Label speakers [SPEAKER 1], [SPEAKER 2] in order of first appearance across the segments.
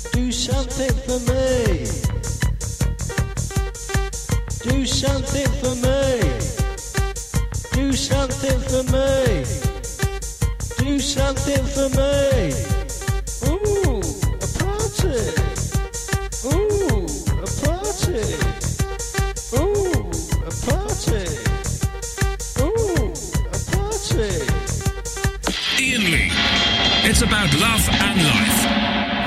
[SPEAKER 1] something for me. Do something for me. Do something for me. Do something for me. Ooh, a party. Ooh, a party. Ooh, a party. Ooh, a party.
[SPEAKER 2] Ian Lee. It's about love and life.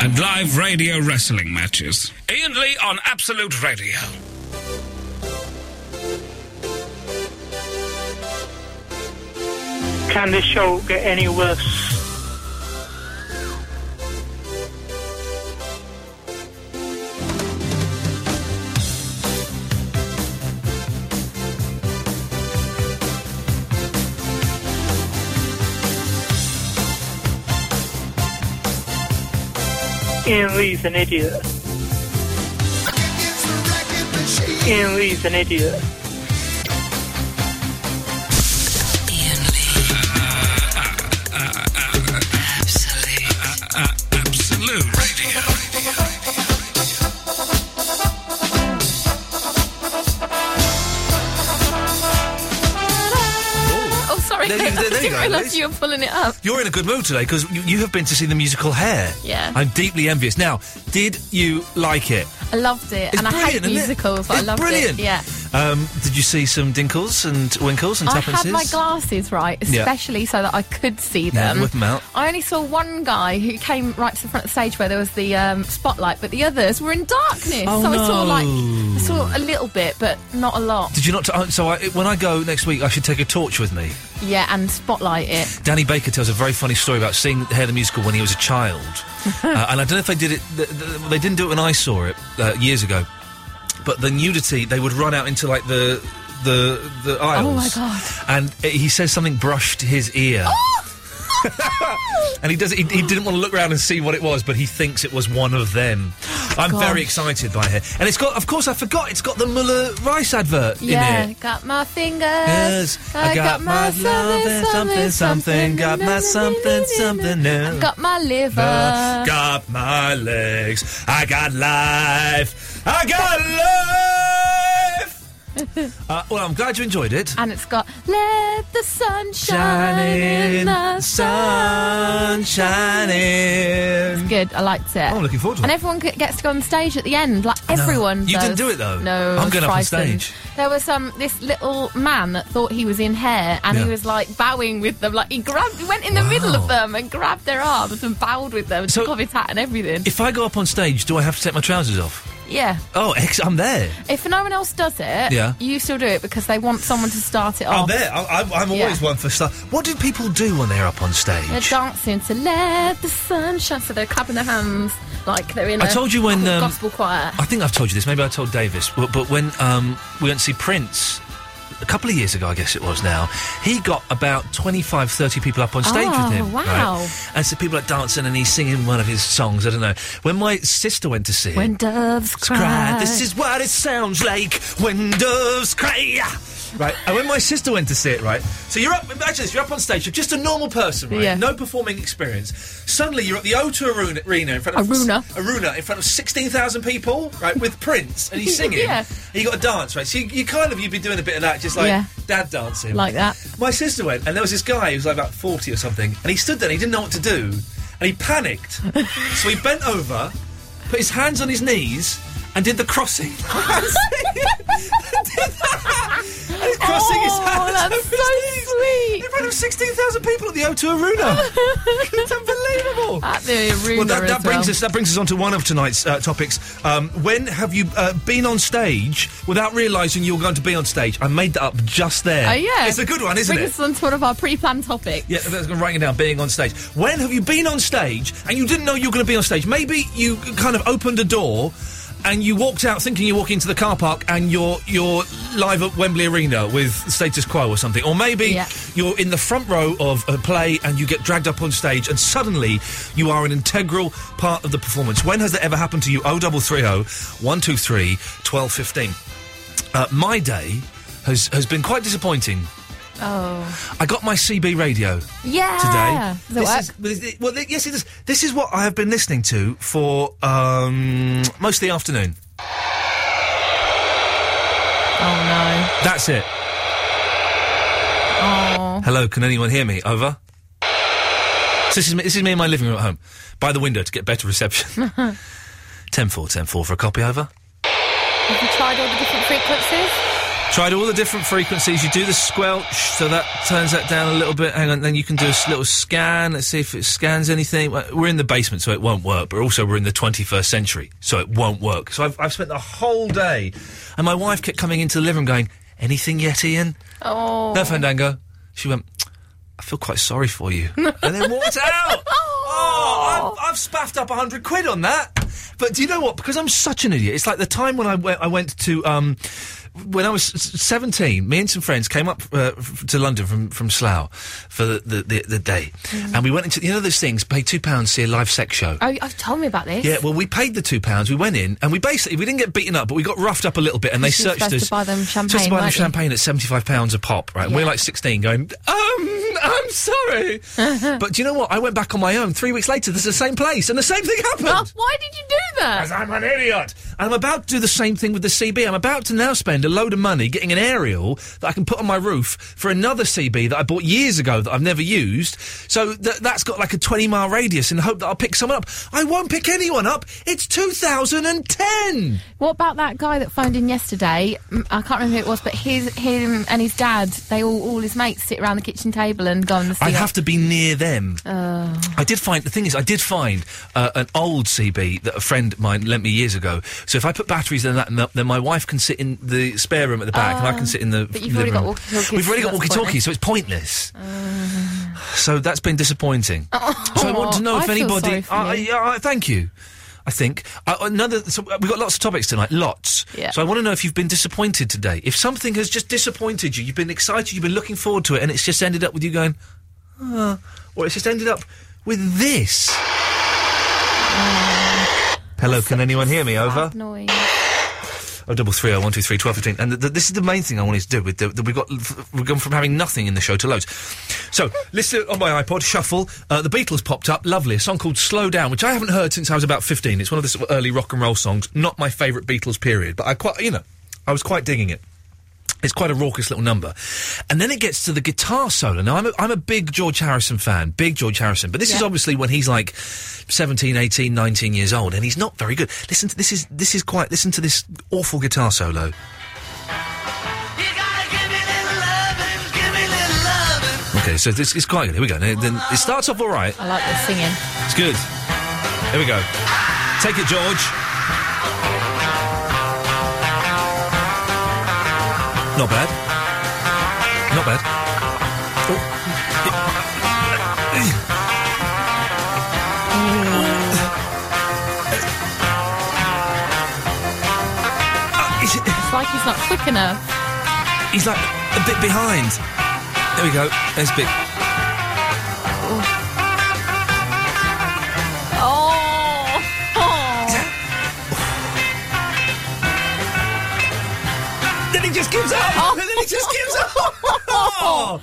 [SPEAKER 2] And live radio wrestling matches. Ian Lee on Absolute Radio.
[SPEAKER 3] Can this show get any worse? Ian Lee's an idiot. Ian Lee's an idiot.
[SPEAKER 2] Absolute Radio.
[SPEAKER 4] Oh, sorry.
[SPEAKER 5] There you-
[SPEAKER 4] I
[SPEAKER 5] there you go,
[SPEAKER 4] realised
[SPEAKER 5] Liz.
[SPEAKER 4] you were pulling it up.
[SPEAKER 5] You're in a good mood today because you, you have been to see the musical Hair.
[SPEAKER 4] Yeah.
[SPEAKER 5] I'm deeply envious. Now, did you like it?
[SPEAKER 4] I loved it,
[SPEAKER 5] It's
[SPEAKER 4] and I hate
[SPEAKER 5] brilliant, isn't it?
[SPEAKER 4] musicals, but I
[SPEAKER 5] It's
[SPEAKER 4] loved
[SPEAKER 5] brilliant.
[SPEAKER 4] it. Yeah.
[SPEAKER 5] Um, did you see some dinkles and winkles and
[SPEAKER 4] I
[SPEAKER 5] tuppences?
[SPEAKER 4] had my glasses right,
[SPEAKER 5] Yeah.
[SPEAKER 4] especially so that I could see
[SPEAKER 5] Yeah,
[SPEAKER 4] them.
[SPEAKER 5] whip 'em out.
[SPEAKER 4] I only saw one guy who came right to the front of the stage where there was the um, spotlight, but the others were in darkness.
[SPEAKER 5] Oh,
[SPEAKER 4] so I saw like
[SPEAKER 5] no.
[SPEAKER 4] I saw a little bit, but not a lot.
[SPEAKER 5] Did you not? T- oh, so I, when I go next week, I should take a torch with me.
[SPEAKER 4] Yeah, and spotlight it.
[SPEAKER 5] Danny Baker tells a very funny story about seeing Hair the musical when he was a child, uh, and I don't know if they did it. Th- th- they didn't do it when I saw it uh, years ago, but the nudity they would run out into like the the the aisles.
[SPEAKER 4] Oh, my God.
[SPEAKER 5] And uh, he says something brushed his ear. And he does. He, he didn't want to look around and see what it was, but he thinks it was one of them. I'm
[SPEAKER 4] God.
[SPEAKER 5] very excited by hair, and it's got. Of course, I forgot. It's got the Muller Rice advert
[SPEAKER 4] Yeah,
[SPEAKER 5] in it.
[SPEAKER 4] got my fingers.
[SPEAKER 5] Yes, I got my something, something, something. Got my something, something new.
[SPEAKER 4] Got my liver.
[SPEAKER 5] Uh, got my legs. I got life. I got life. uh, well, I'm glad you enjoyed it.
[SPEAKER 4] and it's got let the sun shine in the sun.
[SPEAKER 5] shining.
[SPEAKER 4] Good, I liked it.
[SPEAKER 5] Oh, I'm looking forward to
[SPEAKER 4] And
[SPEAKER 5] it.
[SPEAKER 4] everyone g- gets to go on stage at the end, like everyone.
[SPEAKER 5] You
[SPEAKER 4] does.
[SPEAKER 5] didn't do it, though.
[SPEAKER 4] No,
[SPEAKER 5] I'm
[SPEAKER 4] I was
[SPEAKER 5] going up on
[SPEAKER 4] frightened.
[SPEAKER 5] stage.
[SPEAKER 4] There was um this little man that thought he was in hair, and
[SPEAKER 5] Yeah.
[SPEAKER 4] he was like bowing with them. Like he grabbed, he went in the middle of them and grabbed their arms and bowed with them, and
[SPEAKER 5] So-
[SPEAKER 4] took off his hat and everything.
[SPEAKER 5] If I go up on stage, do I have to take my trousers off?
[SPEAKER 4] yeah.
[SPEAKER 5] Oh, ex- I'm there.
[SPEAKER 4] If no one else does it,
[SPEAKER 5] Yeah.
[SPEAKER 4] you still do it because they want someone to start it
[SPEAKER 5] I'm
[SPEAKER 4] off.
[SPEAKER 5] there. I, I, I'm always
[SPEAKER 4] Oh, Yeah.
[SPEAKER 5] one for stuff. What do people do when they're up on
[SPEAKER 4] They're
[SPEAKER 5] stage?
[SPEAKER 4] dancing to let the sun shine, so they're clapping their hands like they're in.
[SPEAKER 5] I
[SPEAKER 4] a
[SPEAKER 5] told you when,
[SPEAKER 4] cool
[SPEAKER 5] um,
[SPEAKER 4] gospel choir.
[SPEAKER 5] I think I've told you this. Maybe I told Davis, but, but when um, we went to see Prince a couple of years ago, I guess it was now, he got about 25, 30 people up on stage
[SPEAKER 4] Oh,
[SPEAKER 5] with him. right?
[SPEAKER 4] wow.
[SPEAKER 5] And so people are dancing and he's singing one of his songs. I don't know. When my sister went to see
[SPEAKER 4] When
[SPEAKER 5] it,
[SPEAKER 4] doves cry,
[SPEAKER 5] cry, this is what it sounds like when doves cry. Right, and when my sister went to see it, right? So you're up, imagine this, you're up on stage, you're just a normal person, right?
[SPEAKER 4] Yeah.
[SPEAKER 5] No performing experience. Suddenly you're at the O2 Arena, arena in front of...
[SPEAKER 4] Aruna.
[SPEAKER 5] Aruna, in front of 16,000 people, right, with Prince, and he's singing.
[SPEAKER 4] Yeah.
[SPEAKER 5] And you got to dance, right? So you, you kind of, you'd be doing a bit of that, just like
[SPEAKER 4] Yeah.
[SPEAKER 5] dad dancing.
[SPEAKER 4] Like that.
[SPEAKER 5] My sister went, and there was this guy who was like about 40 or something, and he stood there and he didn't know what to do, and he panicked. so he bent over, put his hands on his knees, and did the crossing. And he's crossing
[SPEAKER 4] Oh,
[SPEAKER 5] his hands
[SPEAKER 4] that's
[SPEAKER 5] over his
[SPEAKER 4] so
[SPEAKER 5] knees
[SPEAKER 4] sweet.
[SPEAKER 5] In front of 16,000 people at the O2 Arena. it's unbelievable.
[SPEAKER 4] At the arena
[SPEAKER 5] Well, that, that
[SPEAKER 4] as
[SPEAKER 5] brings
[SPEAKER 4] well.
[SPEAKER 5] us that brings us on to one of tonight's uh, topics. Um, when have you uh, been on stage without realising you were going to be on stage? I made that up just there.
[SPEAKER 4] Oh yeah,
[SPEAKER 5] it's a good one, isn't
[SPEAKER 4] brings
[SPEAKER 5] it?
[SPEAKER 4] us on to one of our pre-planned topics.
[SPEAKER 5] Yeah, that's going to write it down. Being on stage. When have you been on stage and you didn't know you were going to be on stage? Maybe you kind of opened a door and you walked out thinking you walk into the car park and you're you're live at Wembley Arena with Status Quo or something. Or maybe
[SPEAKER 4] Yeah.
[SPEAKER 5] you're in the front row of a play and you get dragged up on stage and suddenly you are an integral part of the performance. When has that ever happened to you? 0330 123 1215. Uh, my day has has been quite disappointing
[SPEAKER 4] Oh.
[SPEAKER 5] I got my CB radio
[SPEAKER 4] Yeah.
[SPEAKER 5] today.
[SPEAKER 4] Does it
[SPEAKER 5] This
[SPEAKER 4] work?
[SPEAKER 5] is- well, is it- well, th- yes, it is. This is what I have been listening to for um, most of the afternoon.
[SPEAKER 4] Oh no.
[SPEAKER 5] That's it.
[SPEAKER 4] Oh.
[SPEAKER 5] Hello, can anyone hear me? Over. So this is me, this is me in my living room at home, by the window to get better reception.
[SPEAKER 4] Have
[SPEAKER 5] 10-4, 10-4 for a copy. Over.
[SPEAKER 4] you tried all the different frequencies?
[SPEAKER 5] Tried all the different frequencies. You do the squelch, so that turns that down a little bit. Hang on, then you can do a s- little scan. Let's see if it scans anything. Well, We're in the basement, so it won't work. But also, we're in the 21st century, so it won't work. So I've, I've spent the whole day, and my wife kept coming into the living room going, "Anything yet, Ian?
[SPEAKER 4] Oh.
[SPEAKER 5] No Fandango." She went, "I feel quite sorry for you." and then walked out. Oh, I've, I've spaffed up a hundred quid on that. But do you know what? Because I'm such an idiot. It's like the time when I went, I went to um, when I was s- s- 17. Me and some friends came up uh, f- to London from, from Slough for the the, the, the day,
[SPEAKER 4] Mhm.
[SPEAKER 5] and we went into you know those things. Pay two pounds see a live sex show.
[SPEAKER 4] Oh, I've told me about this.
[SPEAKER 5] Yeah, well, we paid the two pounds. We went in and we basically we didn't get beaten up, but we got roughed up a little bit. And they
[SPEAKER 4] You were
[SPEAKER 5] searched
[SPEAKER 4] supposed
[SPEAKER 5] us
[SPEAKER 4] to buy them champagne.
[SPEAKER 5] just buying them
[SPEAKER 4] weren't you?
[SPEAKER 5] champagne at seventy five pounds a pop, right? And we're like sixteen, going. Um, I'm sorry. but do you know what? I went back on my own. Three weeks later, there's the same place, and the same thing happened.
[SPEAKER 4] Oh, why did you do that?
[SPEAKER 5] Because I'm an idiot. I'm about to do the same thing with the CB. I'm about to now spend a load of money getting an aerial that I can put on my roof for another CB that I bought years ago that I've never used. So th- that's got like a 20 mile radius in the hope that I'll pick someone up. I won't pick anyone up. It's 2010.
[SPEAKER 4] What about that guy that phoned in yesterday? Mm, I can't remember who it was, but his, him and his dad, they all, all his mates sit around the kitchen table and go on the
[SPEAKER 5] I have to be near them.
[SPEAKER 4] Oh.
[SPEAKER 5] I did find the thing is I did find uh, an old CB that a friend of mine lent me years ago. So if I put batteries in that, then my wife can sit in the spare room at the back, and I
[SPEAKER 4] Ah.
[SPEAKER 5] can sit in the.
[SPEAKER 4] But you've already
[SPEAKER 5] living
[SPEAKER 4] got
[SPEAKER 5] room.
[SPEAKER 4] walkie-talkies,
[SPEAKER 5] We've already
[SPEAKER 4] so
[SPEAKER 5] got
[SPEAKER 4] that's
[SPEAKER 5] walkie-talkies, so it's pointless. So that's been disappointing.
[SPEAKER 4] Oh.
[SPEAKER 5] So I want to know
[SPEAKER 4] I
[SPEAKER 5] if
[SPEAKER 4] feel
[SPEAKER 5] anybody.
[SPEAKER 4] sorry for
[SPEAKER 5] I-
[SPEAKER 4] you.
[SPEAKER 5] I- I- thank you. I think uh, another. So uh, we've got lots of topics tonight, lots.
[SPEAKER 4] Yeah.
[SPEAKER 5] So I want to know if you've been disappointed today. If something has just disappointed you, you've been excited, you've been looking forward to it, and it's just ended up with you going, "Ah," or it's just ended up with this. Hello, can anyone hear me? Over.
[SPEAKER 4] Noise.
[SPEAKER 5] Oh, double three, oh, one, two, three, twelve, fifteen. And th- th- this is the main thing I wanted to do. With the, the, we've got f- we've gone from having nothing in the show to loads. So listen on my iPod shuffle. Uh, the Beatles popped up. Lovely, a song called "Slow Down," which I haven't heard since I was about fifteen. It's one of the sort of early rock and roll songs. Not my favourite Beatles period, but I quite you know I was quite digging it. It's quite a raucous little number. And then it gets to the guitar solo. Now, I'm a, I'm a big George Harrison fan, big George Harrison. But this is obviously when he's like 17, 18, 19 years old, and he's not very good. Listen to this is this is quite listen to this awful guitar solo. Okay, so this is quite good. Here we go. Now, Then it starts off all right.
[SPEAKER 4] I like the singing.
[SPEAKER 5] It's good. Here we go. Take it, George. Not bad. Not bad. Oh.
[SPEAKER 4] It's like he's not quick enough.
[SPEAKER 5] He's like a bit behind. There we go. There's a bit.
[SPEAKER 4] Oh. oh.
[SPEAKER 5] Then he just gives up.
[SPEAKER 6] Oh.
[SPEAKER 5] And then he just gives up. Oh.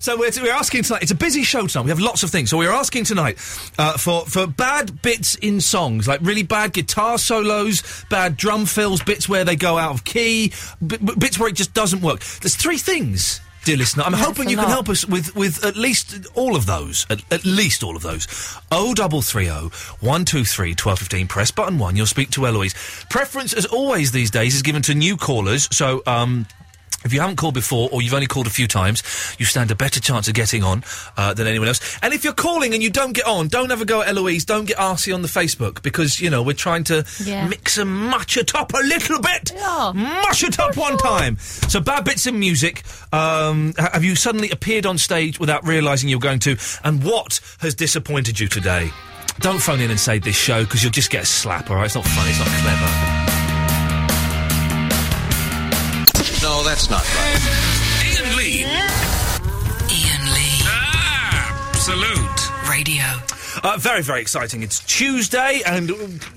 [SPEAKER 5] So we're, we're asking tonight. It's a busy show tonight. We have lots of things. So we're asking tonight uh, for for bad bits in songs, like really bad guitar solos, bad drum fills, bits where they go out of key, b- b- bits where it just doesn't work. There's three things, dear listener. I'm
[SPEAKER 6] That's
[SPEAKER 5] hoping
[SPEAKER 6] a
[SPEAKER 5] you can
[SPEAKER 6] lot.
[SPEAKER 5] help us with with at least all of those. At, at least all of those. O double three O one two three twelve fifteen. Press button one. You'll speak to Eloise. Preference, as always, these days is given to new callers. So. um... If you haven't called before, or you've only called a few times, you stand a better chance of getting on uh, than anyone else. And if you're calling and you don't get on, don't have a go at Eloise. Don't get arsy on the Facebook because you know we're trying to
[SPEAKER 6] Yeah.
[SPEAKER 5] mix and match it up a little bit. Mush it up one time. So bad bits in music. Um, ha- have you suddenly appeared on stage without realising you're going to? And what has disappointed you today? Don't phone in and say this show because you'll just get a slap. All right, it's not funny. It's not clever.
[SPEAKER 7] No, that's not right.
[SPEAKER 2] Ian Lee. Ian Lee. Absolute.
[SPEAKER 8] Radio.
[SPEAKER 5] Uh, very, very exciting. It's Tuesday and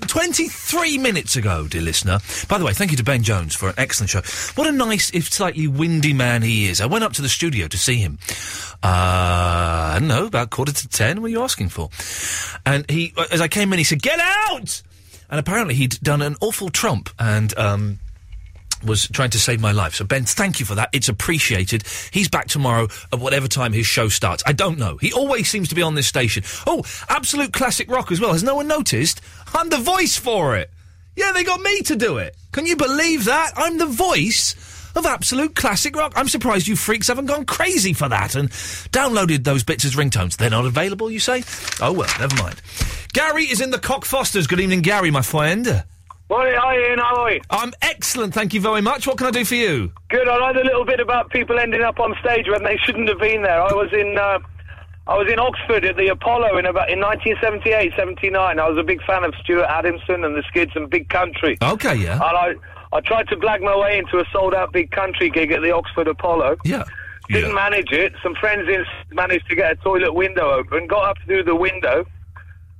[SPEAKER 5] 23 minutes ago, dear listener. By the way, thank you to Ben Jones for an excellent show. What a nice, if slightly windy man he is. I went up to the studio to see him. Uh, I don't know, about quarter to ten. What are you asking for? And he, uh, as I came in, he said, Get out! And apparently he'd done an awful trump and, um, was trying to save my life. So, Ben, thank you for that. It's appreciated. He's back tomorrow at whatever time his show starts. I don't know. He always seems to be on this station. Oh, absolute classic rock as well. Has no one noticed? I'm the voice for it. Yeah, they got me to do it. Can you believe that? I'm the voice of absolute classic rock. I'm surprised you freaks haven't gone crazy for that and downloaded those bits as ringtones. They're not available, you say? Oh, well, never mind. Gary is in the Cock Fosters. Good evening, Gary, my friend.
[SPEAKER 6] Morning, how are you, Ian? How are you?
[SPEAKER 5] I'm excellent, thank you very much. What can I do for you?
[SPEAKER 6] Good. I learned a little bit about people ending up on stage when they shouldn't have been there. I was in, uh, I was in Oxford at the Apollo in about in 1978, 79. I was a big fan of Stuart Adamson and the Skids and Big Country.
[SPEAKER 5] Okay, yeah.
[SPEAKER 6] And I, I tried to blag my way into a sold-out Big Country gig at the Oxford Apollo.
[SPEAKER 5] Yeah.
[SPEAKER 6] Didn't manage it. Some friends in managed to get a toilet window open. Got up through the window.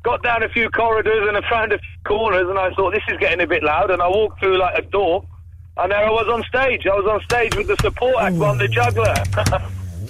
[SPEAKER 6] Got down a few corridors and I found a few corners, and I thought this is getting a bit loud. And I walked through like a door, and there I was on stage. I was on stage with the
[SPEAKER 5] Oh,
[SPEAKER 6] support act on the juggler.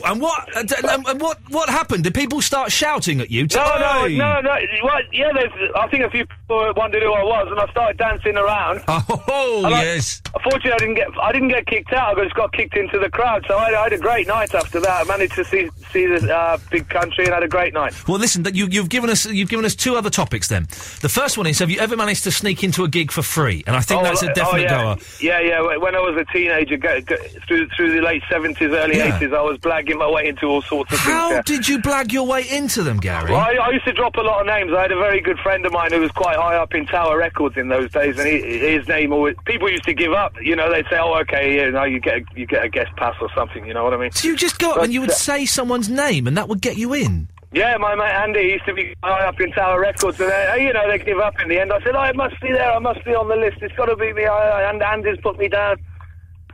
[SPEAKER 5] And what uh, and, um, and- and what what happened? Did people start shouting at you?
[SPEAKER 6] No, no,
[SPEAKER 5] Hey!
[SPEAKER 6] no, no. Well, yeah, there's, I think a few people wondered who I was, and I started dancing around.
[SPEAKER 5] Oh,
[SPEAKER 6] yes. Unfortunately, I didn't get I didn't get kicked out. I just got kicked into the crowd. So I, I had a great night after that. I managed to see see the uh, big country and had a great night.
[SPEAKER 5] Well, listen. That you, you've given us you've given us two other topics. Then the first one is: Have you ever managed to sneak into a gig for free? And I think that's a
[SPEAKER 6] like-
[SPEAKER 5] definite
[SPEAKER 6] Oh, yeah.
[SPEAKER 5] goer.
[SPEAKER 6] Yeah, yeah. When I was a teenager, go, go, through through the late seventies, early
[SPEAKER 5] Yeah.
[SPEAKER 6] eighties, I was blagging my way into all sorts of
[SPEAKER 5] How
[SPEAKER 6] things. yeah.
[SPEAKER 5] did you blag your way into them, Gary?
[SPEAKER 6] Well, I, I used to drop a lot of names. I had a very good friend of mine who was quite high up in Tower Records in those days, and he, his name always people used to give up. You know, they'd say, "Oh, okay, yeah, no, you get a, you get a guest pass or something." You know what I mean? uh,
[SPEAKER 5] So you just go up and you would say someone's name, and that would get you in.
[SPEAKER 6] Yeah, my mate Andy he used to be high up in Tower Records, and they, you know they give up in the end. I said, oh, "I must be there. I must be on the list. It's got to be me." I, I, and Andy's put me down,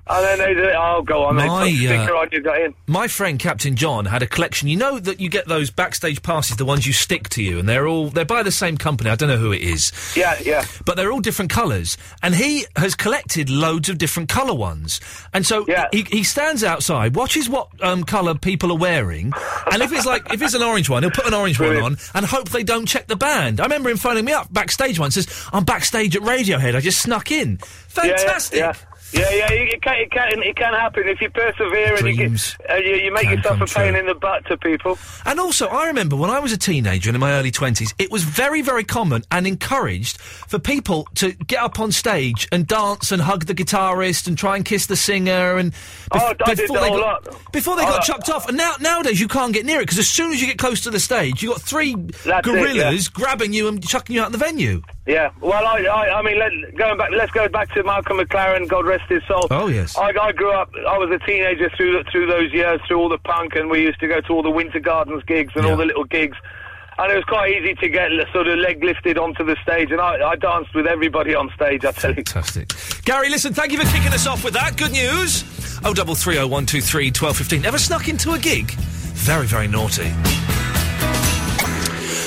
[SPEAKER 6] and then they said, "Oh, go on."
[SPEAKER 5] My,
[SPEAKER 6] they put a
[SPEAKER 5] uh,
[SPEAKER 6] sticker on. You got in.
[SPEAKER 5] My friend Captain John had a collection. You know that you get those backstage passes, the ones you stick to you, and they're all they're by the same company. I don't know who it is.
[SPEAKER 6] Yeah, yeah.
[SPEAKER 5] But they're all different colours, and he has collected loads of different colour ones. And so he, he stands outside, watches what um, colour people are wearing, and if it's like if it's an orange one, he'll put an orange one on and hope they don't check the band. I remember him phoning me up backstage once, says, "I'm backstage at Radiohead. I just snuck in." Fantastic.
[SPEAKER 6] Yeah, yeah, yeah. yeah it, it can, it can, it can happen if you persevere
[SPEAKER 5] Dreams
[SPEAKER 6] and you, get, uh, you, you make
[SPEAKER 5] can
[SPEAKER 6] yourself
[SPEAKER 5] come
[SPEAKER 6] a pain
[SPEAKER 5] true.
[SPEAKER 6] in the butt to people.
[SPEAKER 5] And also, I remember when I was a teenager and in my early 20s, it was very, very common and encouraged for people to get up on stage and dance and hug the guitarist and try and kiss the singer and
[SPEAKER 6] Oh, I did that
[SPEAKER 5] they
[SPEAKER 6] a
[SPEAKER 5] got,
[SPEAKER 6] lot.
[SPEAKER 5] before they
[SPEAKER 6] Oh,
[SPEAKER 5] got
[SPEAKER 6] that-
[SPEAKER 5] chucked off. And now nowadays you can't get near it because as soon as you get close to the stage, you got three
[SPEAKER 6] yeah.
[SPEAKER 5] gorillas grabbing you and chucking you out of the venue.
[SPEAKER 6] Yeah, well, I, I, I mean, let, going back, let's go back to Malcolm McLaren, God rest his soul.
[SPEAKER 5] Oh, yes.
[SPEAKER 6] I, I grew up. I was a teenager through through those years, through all the punk, and we used to go to all the Winter Gardens gigs and all the little gigs. And it was quite easy to get l- sort of leg lifted onto the stage, and I, I danced with everybody on stage. I tell you,
[SPEAKER 5] fantastic. Gary, listen, thank you for kicking us off with that. Good news. Oh, double three oh one two three twelve fifteen. Ever snuck into a gig? Very, very naughty.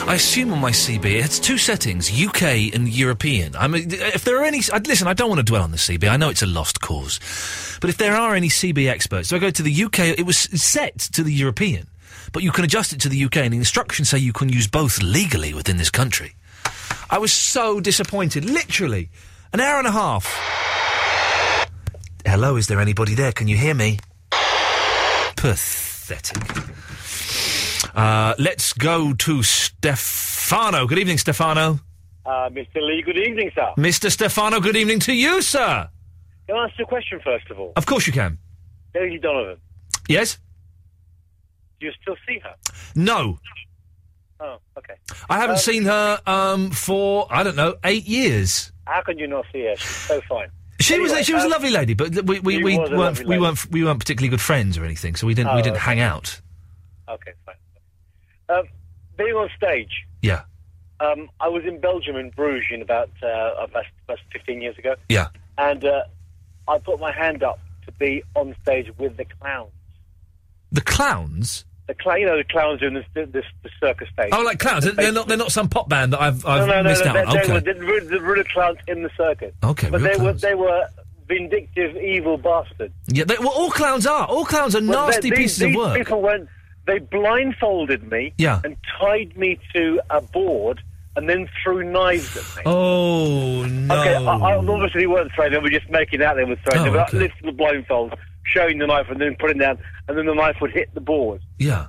[SPEAKER 5] I assume on my CB it has two settings: UK and European. I mean, if there are any, I, listen, I don't want to dwell on the CB. I know it's a lost cause, but if there are any CB experts, so I go to the UK. It was set to the European, but you can adjust it to the UK, and the instructions say you can use both legally within this country. I was so disappointed. Literally, an hour and a half. Hello, is there anybody there? Can you hear me? Pathetic. Uh, let's go to Stefano. Good evening, Stefano.
[SPEAKER 8] Uh, Mr. Lee, good evening, sir.
[SPEAKER 5] Mr. Stefano, good evening to you, sir.
[SPEAKER 8] Can I ask you a question first of all?
[SPEAKER 5] Of course you can.
[SPEAKER 8] Daisy Donovan,
[SPEAKER 5] Yes?
[SPEAKER 8] do you still see her?
[SPEAKER 5] No.
[SPEAKER 8] Oh, okay.
[SPEAKER 5] I haven't
[SPEAKER 8] Um,
[SPEAKER 5] seen her um, for, I don't know, eight years.
[SPEAKER 8] How can you not see her? She's so fine.
[SPEAKER 5] She was
[SPEAKER 8] Anyway,
[SPEAKER 5] she was a
[SPEAKER 8] um,
[SPEAKER 5] lovely lady, but th- we, we,
[SPEAKER 8] she was
[SPEAKER 5] we,
[SPEAKER 8] a
[SPEAKER 5] weren't,
[SPEAKER 8] lovely
[SPEAKER 5] we
[SPEAKER 8] lady.
[SPEAKER 5] weren't we weren't particularly good friends or anything, so we didn't we
[SPEAKER 8] Oh,
[SPEAKER 5] didn't
[SPEAKER 8] okay.
[SPEAKER 5] hang out.
[SPEAKER 8] Okay, fine. Um, being on stage,
[SPEAKER 5] Yeah,
[SPEAKER 8] um, I was in Belgium in Bruges in about uh, about, about 15 years ago,
[SPEAKER 5] yeah.
[SPEAKER 8] and uh, I put my hand up to be on stage with the clowns.
[SPEAKER 5] The clowns.
[SPEAKER 8] The cl- you know the clowns in the, the, the circus stage.
[SPEAKER 5] Oh, like clowns?
[SPEAKER 8] The
[SPEAKER 5] They're not. They're not some pop band that I've,
[SPEAKER 8] no,
[SPEAKER 5] I've
[SPEAKER 8] no, no,
[SPEAKER 5] missed
[SPEAKER 8] no,
[SPEAKER 5] out.
[SPEAKER 8] They,
[SPEAKER 5] okay.
[SPEAKER 8] they were the, real- the real clowns in the circus.
[SPEAKER 5] Okay,
[SPEAKER 8] but
[SPEAKER 5] real
[SPEAKER 8] they
[SPEAKER 5] clowns.
[SPEAKER 8] were they were vindictive, evil bastards.
[SPEAKER 5] Yeah. They, well, all clowns are. All clowns are
[SPEAKER 8] Well,
[SPEAKER 5] nasty
[SPEAKER 8] they- these,
[SPEAKER 5] pieces
[SPEAKER 8] these
[SPEAKER 5] of work.
[SPEAKER 8] People went, they blindfolded me
[SPEAKER 5] Yeah.
[SPEAKER 8] and tied me to a board and then threw knives at me.
[SPEAKER 5] Oh no.
[SPEAKER 8] Okay, I, I obviously weren't throwing them, we were just making out they were throwing
[SPEAKER 5] Oh,
[SPEAKER 8] them. But
[SPEAKER 5] okay.
[SPEAKER 8] I lifted the blindfold, showing the knife and then putting it down, and then the knife would hit the board.
[SPEAKER 5] Yeah.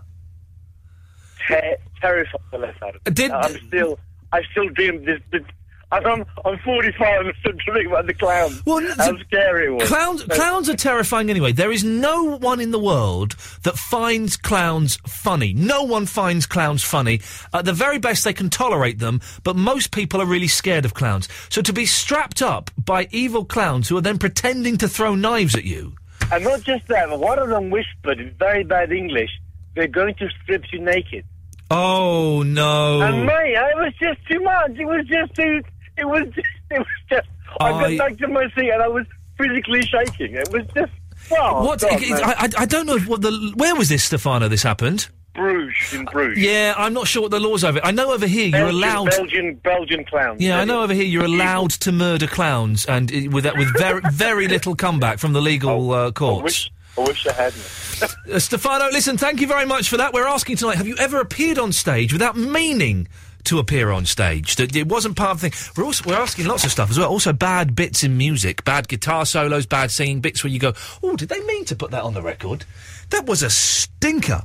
[SPEAKER 8] Ter- terrified the left out of me.
[SPEAKER 5] Did-
[SPEAKER 8] I'm still, I still dream this. this and I'm, I'm 45 and I'm still dreaming about the clown.
[SPEAKER 5] Well,
[SPEAKER 8] How
[SPEAKER 5] the-
[SPEAKER 8] scary it was.
[SPEAKER 5] Clowns,
[SPEAKER 8] So-
[SPEAKER 5] clowns are terrifying anyway. There is no one in the world that finds clowns funny. No one finds clowns funny. At the very best, they can tolerate them, but most people are really scared of clowns. So to be strapped up by evil clowns who are then pretending to throw knives at you.
[SPEAKER 8] And not just that, but one of them whispered in very bad English, they're going to strip you naked.
[SPEAKER 5] Oh no!
[SPEAKER 8] And mate, it was just too much. It was just too, it was just, it was just, I,
[SPEAKER 5] I-
[SPEAKER 8] got back to my seat and I was physically shaking. It was just, oh,
[SPEAKER 5] what?
[SPEAKER 8] God,
[SPEAKER 5] it- it-
[SPEAKER 8] man.
[SPEAKER 5] I, I- I don't know what the. Where was this, Stefano? This happened.
[SPEAKER 8] Bruges in Bruges.
[SPEAKER 5] Yeah, I'm not sure what the laws over. it. I know over here you're
[SPEAKER 8] Belgian-
[SPEAKER 5] allowed.
[SPEAKER 8] Belgian, Belgian clowns.
[SPEAKER 5] Yeah, I know over here you're allowed to murder clowns and uh, with that, with very very little comeback from the legal uh,
[SPEAKER 8] Oh, I
[SPEAKER 5] courts.
[SPEAKER 8] wish, I wish I hadn't.
[SPEAKER 5] Uh, Stefano, listen, thank you very much for that. We're asking tonight: Have you ever appeared on stage without meaning to appear on stage? That it wasn't part of the thing. We're also we're asking lots of stuff as well. Also, bad bits in music, bad guitar solos, bad singing bits where you go, "Oh, did they mean to put that on the record? That was a stinker."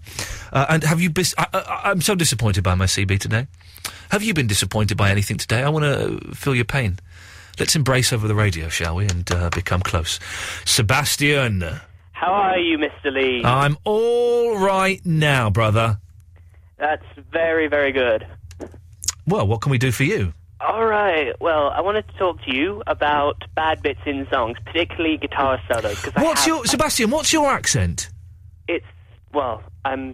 [SPEAKER 5] Uh, and have you? Bis- I, I, I'm so disappointed by my CB today. Have you been disappointed by anything today? I want to feel your pain. Let's embrace over the radio, shall we, and uh, become close. Sebastian.
[SPEAKER 9] How are you, Mr. Lee?
[SPEAKER 5] I'm all right now, brother.
[SPEAKER 9] That's very, very good.
[SPEAKER 5] Well, what can we do for you?
[SPEAKER 9] All right. Well, I wanted to talk to you about bad bits in songs, particularly guitar solos. Cause I
[SPEAKER 5] What's
[SPEAKER 9] have,
[SPEAKER 5] your Sebastian? What's your accent?
[SPEAKER 9] It's well, I'm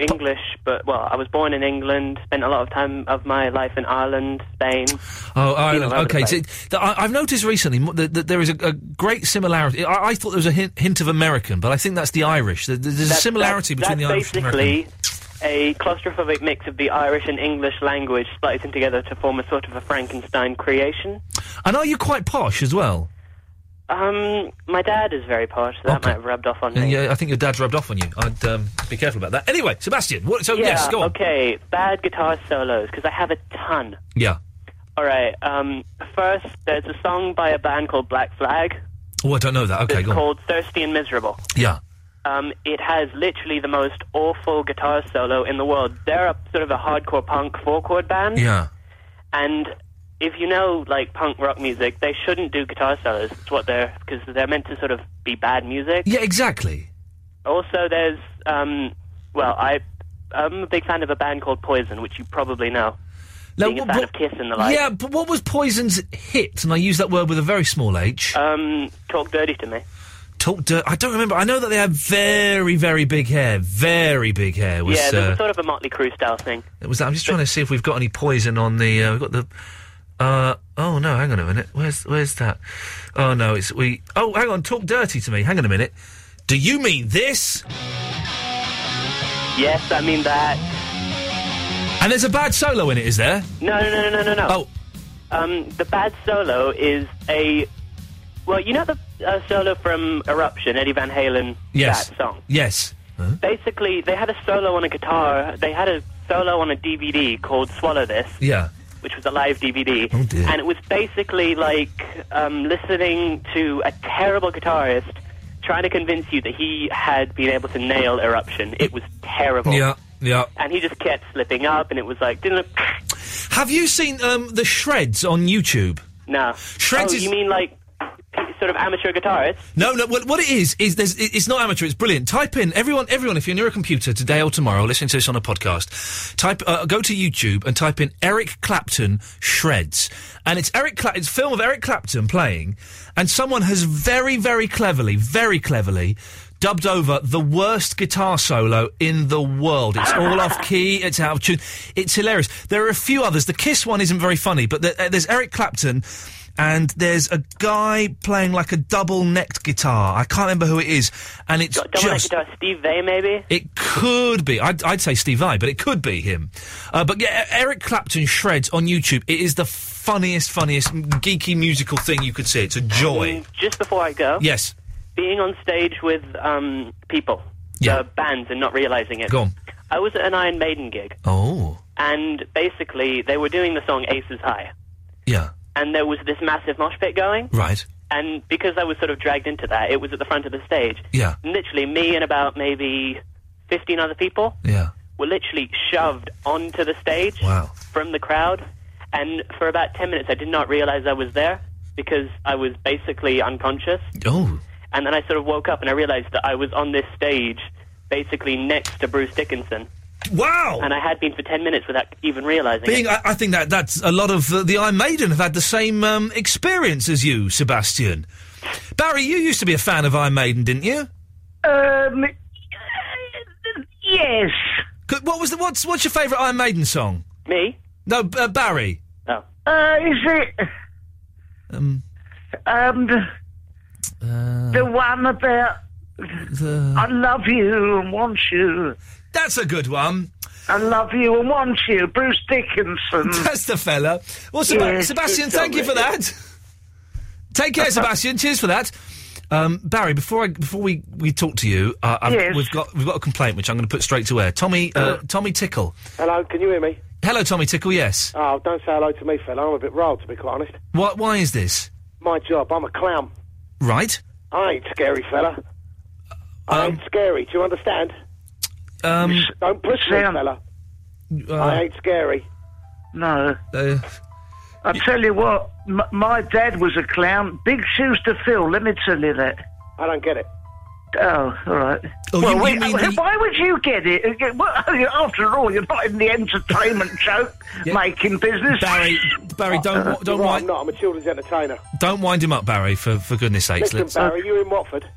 [SPEAKER 9] English, but well, I was born in England. Spent a lot of time of my life in Ireland, Spain.
[SPEAKER 5] Oh, Ireland.
[SPEAKER 9] all over
[SPEAKER 5] Okay,
[SPEAKER 9] the
[SPEAKER 5] so, th- I, I've noticed recently mo- that, that there is a, a great similarity. I, I thought there was a hint, hint of American, but I think that's the Irish. There- There's a
[SPEAKER 9] That's-
[SPEAKER 5] similarity
[SPEAKER 9] that's,
[SPEAKER 5] between the
[SPEAKER 9] that's
[SPEAKER 5] Irish and
[SPEAKER 9] basically
[SPEAKER 5] American.
[SPEAKER 9] a claustrophobic mix of the Irish and English language splicing together to form a sort of a Frankenstein creation.
[SPEAKER 5] And are you quite posh as well?
[SPEAKER 9] Um, my dad is very posh, so that might have rubbed off on me.
[SPEAKER 5] And yeah, I think your dad's rubbed off on you. I'd um, be careful about that. Anyway, Sebastian. What, so
[SPEAKER 9] yeah,
[SPEAKER 5] yes, go on.
[SPEAKER 9] Okay, bad guitar solos because I have a ton.
[SPEAKER 5] Yeah.
[SPEAKER 9] All right. Um, first, there's a song by a band called Black Flag.
[SPEAKER 5] Oh, I don't know that. Okay,
[SPEAKER 9] that's
[SPEAKER 5] go on.
[SPEAKER 9] called Thirsty and Miserable.
[SPEAKER 5] Yeah.
[SPEAKER 9] Um, it has literally the most awful guitar solo in the world. They're a sort of a hardcore punk four chord band,
[SPEAKER 5] Yeah.
[SPEAKER 9] and if you know like punk rock music, they shouldn't do guitar solos. It's what they're because they're meant to sort of be bad music.
[SPEAKER 5] Yeah. Exactly.
[SPEAKER 9] Also, there's um, well, I I'm a big fan of a band called Poison, which you probably know.
[SPEAKER 5] Now,
[SPEAKER 9] Being a
[SPEAKER 5] wh-
[SPEAKER 9] fan
[SPEAKER 5] wh-
[SPEAKER 9] of Kiss and the like.
[SPEAKER 5] Yeah, but what was Poison's hit? And I use that word with a very small h.
[SPEAKER 9] Um, talk dirty to me.
[SPEAKER 5] Talk dirt. I don't remember. I know that they had very, very big hair. Very big hair. Was,
[SPEAKER 9] yeah, there's
[SPEAKER 5] uh,
[SPEAKER 9] a sort of a Motley Crue style thing.
[SPEAKER 5] it was that. I'm just trying to see if we've got any poison on the. Uh, we've got the. Uh, oh no! Hang on a minute. Where's where's that? Oh no! It's we. Oh, hang on. Talk dirty to me. Hang on a minute. Do you mean this?
[SPEAKER 9] Yes, I mean that.
[SPEAKER 5] And there's a bad solo in it, is there?
[SPEAKER 9] No, no, no, no, no, no.
[SPEAKER 5] Oh.
[SPEAKER 9] Um, the bad solo is a. Well, you know the uh, solo from Eruption, Eddie Van Halen,
[SPEAKER 5] Yes.
[SPEAKER 9] that song.
[SPEAKER 5] Yes.
[SPEAKER 9] Basically, they had a solo on a guitar. They had a solo on a DVD called "Swallow This,"
[SPEAKER 5] Yeah.
[SPEAKER 9] which was a live DVD,
[SPEAKER 5] Oh, dear.
[SPEAKER 9] and it was basically like um, listening to a terrible guitarist trying to convince you that he had been able to nail Eruption. It was terrible.
[SPEAKER 5] Yeah. Yeah.
[SPEAKER 9] and he just kept slipping up, and it was like, didn't
[SPEAKER 5] Have you seen um the shreds on YouTube?
[SPEAKER 9] no.
[SPEAKER 5] Shreds
[SPEAKER 9] oh,
[SPEAKER 5] is-
[SPEAKER 9] you mean like p- sort of amateur guitarists?
[SPEAKER 5] No, no. What, what it is is there's, it- it's not amateur. It's brilliant. Type in everyone, everyone. If you're near a computer today or tomorrow, listening to this on a podcast, type uh, go to YouTube and type in Eric Clapton shreds, and it's Eric. Cla- it's a film of Eric Clapton playing, and someone has very, very cleverly, very cleverly dubbed over the worst guitar solo in the world. It's all off key, it's out of tune. It's hilarious. There are a few others. The Kiss one isn't very funny, but there, uh, there's Eric Clapton. And there's a guy playing like a double-necked guitar. I can't remember who it is, and it's
[SPEAKER 9] Dominic
[SPEAKER 5] just
[SPEAKER 9] Guitar, Steve Vai, maybe?
[SPEAKER 5] it could be. I'd, I'd say Steve Vai, but it could be him. Uh, but yeah, E- Eric Clapton shreds on YouTube. It is the funniest, funniest geeky musical thing you could see. It's a joy.
[SPEAKER 9] Just before I go,
[SPEAKER 5] Yes.
[SPEAKER 9] being on stage with um, people,
[SPEAKER 5] Yeah.
[SPEAKER 9] uh, bands, and not realizing it.
[SPEAKER 5] Go on.
[SPEAKER 9] I was at an Iron Maiden gig,
[SPEAKER 5] Oh.
[SPEAKER 9] and basically they were doing the song Aces High,
[SPEAKER 5] Yeah.
[SPEAKER 9] and there was this massive mosh pit going,
[SPEAKER 5] Right.
[SPEAKER 9] and because I was sort of dragged into that, it was at the front of the stage.
[SPEAKER 5] Yeah.
[SPEAKER 9] Literally, me and about maybe 15 other people
[SPEAKER 5] Yeah.
[SPEAKER 9] were literally shoved onto the stage
[SPEAKER 5] Wow.
[SPEAKER 9] from the crowd, and for about 10 minutes I did not realize I was there because I was basically unconscious.
[SPEAKER 5] Oh.
[SPEAKER 9] And then I sort of woke up and I realized that I was on this stage basically next to Bruce Dickinson.
[SPEAKER 5] Wow!
[SPEAKER 9] And I had been for 10 minutes without even realizing
[SPEAKER 5] Being,
[SPEAKER 9] it.
[SPEAKER 5] I, I think that that's a lot of uh, the Iron Maiden have had the same um, experience as you, Sebastian. Barry, you used to be a fan of Iron Maiden, didn't you?
[SPEAKER 10] Um, yes.
[SPEAKER 5] What was the, what's what's your favourite Iron Maiden song?
[SPEAKER 9] Me?
[SPEAKER 5] No, B- uh, Barry.
[SPEAKER 9] Oh.
[SPEAKER 10] Uh, is it
[SPEAKER 5] Um, uh,
[SPEAKER 10] um the, the one about I love you and want you?
[SPEAKER 5] That's a good one.
[SPEAKER 10] I love you and want you, Bruce Dickinson.
[SPEAKER 5] That's the fella. Well, Seb-
[SPEAKER 10] Yes,
[SPEAKER 5] Sebastian,
[SPEAKER 10] good
[SPEAKER 5] thank
[SPEAKER 10] job,
[SPEAKER 5] you for
[SPEAKER 10] Richard.
[SPEAKER 5] that. Take care, Sebastian. Cheers for that. Um, Barry, before I, before we, we talk to you, uh, I've-
[SPEAKER 11] Yes.
[SPEAKER 5] we've got we've got a complaint which I'm going to put straight to air. Tommy uh, Tommy Tickle.
[SPEAKER 11] Hello, can you hear me?
[SPEAKER 5] Hello, Tommy Tickle. Yes.
[SPEAKER 11] Oh, don't say hello to me, fella. I'm a bit riled, to be quite honest.
[SPEAKER 5] Why why is this?
[SPEAKER 11] My job, I'm a clown.
[SPEAKER 5] Right.
[SPEAKER 11] I ain't scary, fella. I ain't scary. Do you understand?
[SPEAKER 5] Um,
[SPEAKER 11] Don't push me,
[SPEAKER 10] Sam.
[SPEAKER 11] fella.
[SPEAKER 5] Uh,
[SPEAKER 11] I ain't scary.
[SPEAKER 10] No. I tell you what, m- my dad was a clown. Big shoes to fill. Let me tell you that.
[SPEAKER 11] I don't get it.
[SPEAKER 10] Oh, all right.
[SPEAKER 11] Oh,
[SPEAKER 10] well,
[SPEAKER 11] you-
[SPEAKER 10] wait,
[SPEAKER 11] you mean the-
[SPEAKER 10] why would you get it? Okay, well, After all, you're not in the entertainment joke making business.
[SPEAKER 5] Barry, Barry, don't wa- don't
[SPEAKER 11] You're Uh, right,
[SPEAKER 5] wind
[SPEAKER 11] I'm not. I'm a children's entertainer.
[SPEAKER 5] don't wind him up, Barry. For for goodness sakes,
[SPEAKER 11] Listen,
[SPEAKER 5] let's.
[SPEAKER 11] Barry, you're in Watford.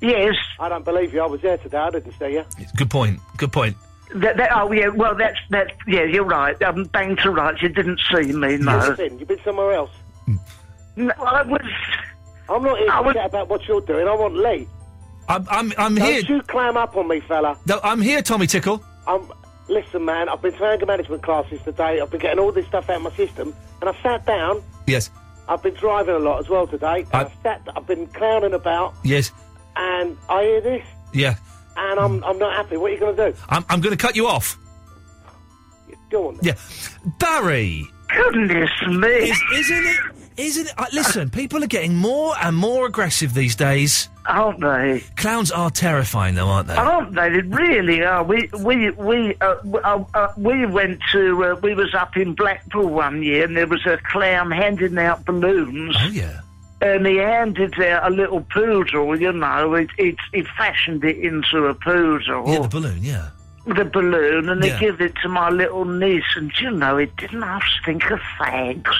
[SPEAKER 10] Yes.
[SPEAKER 11] I don't believe you. I was there today. I didn't see you.
[SPEAKER 5] Good point. Good point.
[SPEAKER 10] That, that, oh, yeah. Well, that's that. Yeah, you're right. I'm bang to rights. You didn't see me, no.
[SPEAKER 11] You've been, you've been somewhere else.
[SPEAKER 10] No, I was.
[SPEAKER 11] I'm not here to chat about what you're doing. I want Lee.
[SPEAKER 5] I'm I'm I'm
[SPEAKER 11] Don't
[SPEAKER 5] here.
[SPEAKER 11] you clam up on me, fella.
[SPEAKER 5] No, I'm here, Tommy Tickle.
[SPEAKER 11] I'm. Listen, man. I've been to anger management classes today. I've been getting all this stuff out of my system, and I sat down.
[SPEAKER 5] Yes.
[SPEAKER 11] I've been driving a lot as well today.
[SPEAKER 5] I-
[SPEAKER 11] I... have sat. I've been clowning about,
[SPEAKER 5] Yes.
[SPEAKER 11] and I hear this,
[SPEAKER 5] Yeah.
[SPEAKER 11] and I'm. I'm not happy. What are you going to do?
[SPEAKER 5] I'm I'm going to cut you off.
[SPEAKER 11] Go on.
[SPEAKER 5] Yeah. Barry.
[SPEAKER 10] Goodness me.
[SPEAKER 5] Is, isn't it? Isn't it? Uh, listen, people are getting more and more aggressive these days.
[SPEAKER 10] Aren't they? Oh,
[SPEAKER 5] Clowns are terrifying, though, aren't they?
[SPEAKER 10] Aren't they? They really are. We we we uh, w- uh, uh, we went to uh, we was up in Blackpool one year, and there was a clown handing out balloons. Oh
[SPEAKER 5] yeah.
[SPEAKER 10] And he handed out a little poodle, you know. It, it, he fashioned it into a poodle.
[SPEAKER 5] Yeah, the balloon. Yeah.
[SPEAKER 10] the balloon and they
[SPEAKER 5] Yeah.
[SPEAKER 10] give it to my little niece and you know it didn't half stink of fags.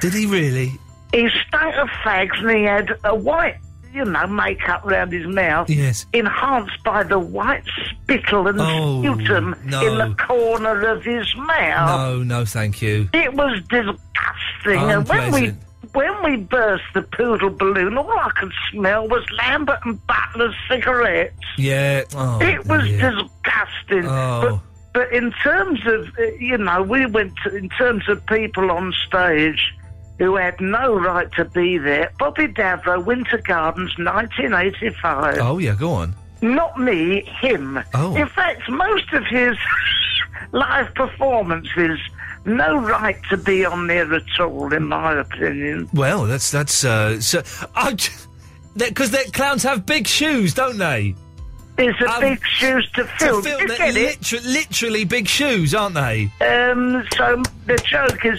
[SPEAKER 5] Did he really?
[SPEAKER 10] He stank of fags and he had a white, you know, makeup round his mouth.
[SPEAKER 5] Yes.
[SPEAKER 10] Enhanced by the white spittle and
[SPEAKER 5] Oh,
[SPEAKER 10] sputum
[SPEAKER 5] no.
[SPEAKER 10] in the corner of his mouth.
[SPEAKER 5] No, no, thank you.
[SPEAKER 10] It was disgusting. And when we
[SPEAKER 5] Unpleasant.
[SPEAKER 10] when we burst the poodle balloon, all I could smell was Lambert and Butler's cigarettes.
[SPEAKER 5] Yeah. Oh,
[SPEAKER 10] it was
[SPEAKER 5] dear.
[SPEAKER 10] disgusting.
[SPEAKER 5] Oh.
[SPEAKER 10] But in terms of, uh, you know, we went to, in terms of people on stage who had no right to be there, Bobby Davro, Winter Gardens, 1985.
[SPEAKER 5] Oh yeah. Go on.
[SPEAKER 10] Not me, him.
[SPEAKER 5] Oh.
[SPEAKER 10] In fact, most of his live performances, no right to be on there at all, in my opinion.
[SPEAKER 5] Well, that's that's uh, so. Because their clowns have big shoes, don't they?
[SPEAKER 10] It's a
[SPEAKER 5] Um,
[SPEAKER 10] big shoes to fill.
[SPEAKER 5] To
[SPEAKER 10] Did
[SPEAKER 5] fill,
[SPEAKER 10] you
[SPEAKER 5] they're
[SPEAKER 10] get it?
[SPEAKER 5] liter- literally big shoes, aren't they?
[SPEAKER 10] Um, so the joke is.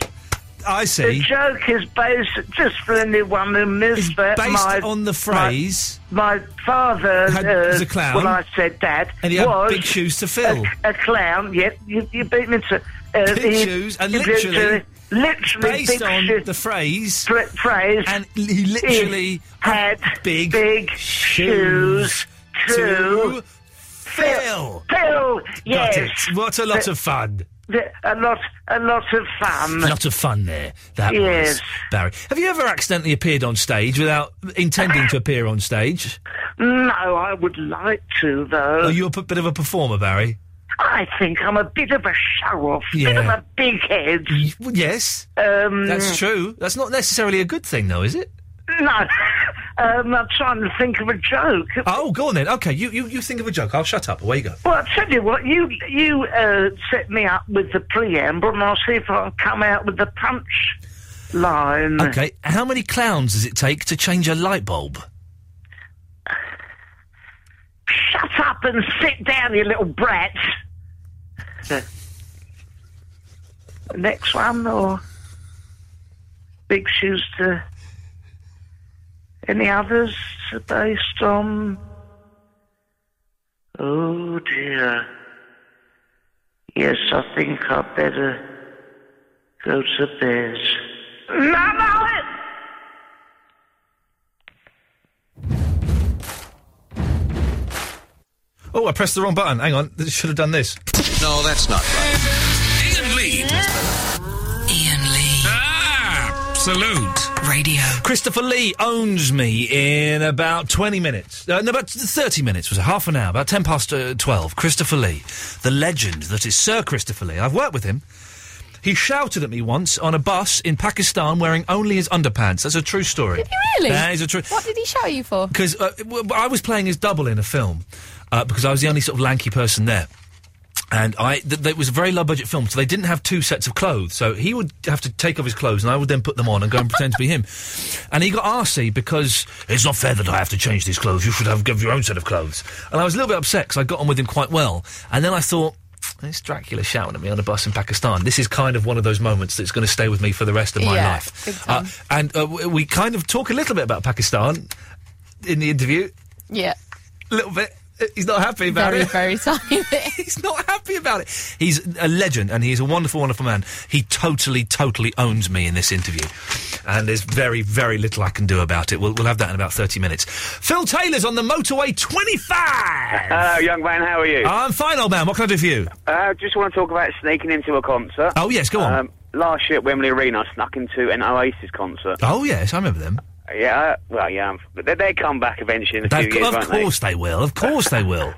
[SPEAKER 5] I
[SPEAKER 10] The
[SPEAKER 5] see.
[SPEAKER 10] joke is based just for anyone who missed that.
[SPEAKER 5] based
[SPEAKER 10] my,
[SPEAKER 5] on the phrase-
[SPEAKER 10] My, my father
[SPEAKER 5] Had-
[SPEAKER 10] uh,
[SPEAKER 5] was a clown.
[SPEAKER 10] Well, I said that.
[SPEAKER 5] And he had
[SPEAKER 10] was
[SPEAKER 5] big shoes to fill.
[SPEAKER 10] A, a clown. Yep, you, you beat me to. Uh,
[SPEAKER 5] Big
[SPEAKER 10] he-
[SPEAKER 5] shoes and
[SPEAKER 10] he-
[SPEAKER 5] literally-
[SPEAKER 10] literally
[SPEAKER 5] based
[SPEAKER 10] big
[SPEAKER 5] on
[SPEAKER 10] shoes-
[SPEAKER 5] the phrase,
[SPEAKER 10] phrase,
[SPEAKER 5] and he literally
[SPEAKER 10] had
[SPEAKER 5] big,
[SPEAKER 10] big shoes
[SPEAKER 5] to
[SPEAKER 10] To
[SPEAKER 5] Phil.
[SPEAKER 10] Phil, yes.
[SPEAKER 5] Got it. What a lot
[SPEAKER 10] The-
[SPEAKER 5] of fun.
[SPEAKER 10] the- a lot, a lot of fun.
[SPEAKER 5] lot of fun there. That was
[SPEAKER 10] Yes.
[SPEAKER 5] Barry. Have you ever accidentally appeared on stage without intending to appear on stage?
[SPEAKER 10] No, I would like to though.
[SPEAKER 5] Are you a p- bit of a performer, Barry?
[SPEAKER 10] I think I'm a bit of a show off, bit
[SPEAKER 5] Yeah.
[SPEAKER 10] of a big head.
[SPEAKER 5] yes,
[SPEAKER 10] um,
[SPEAKER 5] That's true. That's not necessarily a good thing, though, is it?
[SPEAKER 10] No, um, I'm trying to think of a joke.
[SPEAKER 5] Oh, go on then. Okay, you, you, you think of a joke. I'll shut up. Away you go.
[SPEAKER 10] Well, I tell you what, you you uh, set me up with the preamble, and I'll see if I can come out with the punch line.
[SPEAKER 5] Okay, how many clowns does it take to change a light bulb?
[SPEAKER 10] Shut up and sit down, you little brat. The next one, or big shoes to any others based on? Oh dear. Yes, I think I'd better go to bed. No, no, it.
[SPEAKER 5] Oh, I pressed the wrong button. Hang on, I should have done this.
[SPEAKER 7] No, that's not right.
[SPEAKER 2] Ian Lee. Ian Lee. Ah, salute. Radio.
[SPEAKER 5] Christopher Lee owns me in about 20 minutes. Uh, no, about 30 minutes. Was it half an hour? About 10 past uh, 12. Christopher Lee, the legend that is Sir Christopher Lee. I've worked with him. He shouted at me once on a bus in Pakistan wearing only his underpants. That's a true story. Did
[SPEAKER 4] he really?
[SPEAKER 5] That is a true...
[SPEAKER 4] What did he show you for?
[SPEAKER 5] Because uh, w- w- I was playing his double in a film uh, because I was the only sort of lanky person there. And I, th- th- it was a very low budget film, so they didn't have two sets of clothes. So he would have to take off his clothes, and I would then put them on and go and pretend to be him. And he got arsey because it's not fair that I have to change these clothes. You should have give your own set of clothes. And I was a little bit upset because I got on with him quite well. And then I thought, it's Dracula shouting at me on a bus in Pakistan. This is kind of one of those moments that's going to stay with me for the rest of my
[SPEAKER 12] Yeah, big
[SPEAKER 5] life.
[SPEAKER 3] Um,
[SPEAKER 12] time.
[SPEAKER 5] and uh, w- we kind of talk a little bit about Pakistan in the interview.
[SPEAKER 4] Yeah.
[SPEAKER 5] A little bit. Uh, He's not happy about
[SPEAKER 4] Very,
[SPEAKER 5] it.
[SPEAKER 4] very sorry.
[SPEAKER 5] He's not happy about it. He's a legend and he's a wonderful, wonderful man. He totally, totally owns me in this interview. And there's very, very little I can do about it. We'll, we'll have that in about 30 minutes. Phil Taylor's on the motorway 25!
[SPEAKER 13] Hello, young man. How are you?
[SPEAKER 5] I'm fine, old man. What can I do for you?
[SPEAKER 13] I uh, just want to talk about sneaking into a concert.
[SPEAKER 5] Oh, yes, go on.
[SPEAKER 13] Um, last year at Wembley Arena, I snuck into an Oasis concert.
[SPEAKER 5] Oh, yes, I remember them.
[SPEAKER 13] Yeah, uh, well, yeah, I'm- they, they come back eventually in a
[SPEAKER 5] They've
[SPEAKER 13] few years,
[SPEAKER 5] got- of
[SPEAKER 13] won't they?
[SPEAKER 5] course they will. Of course they will.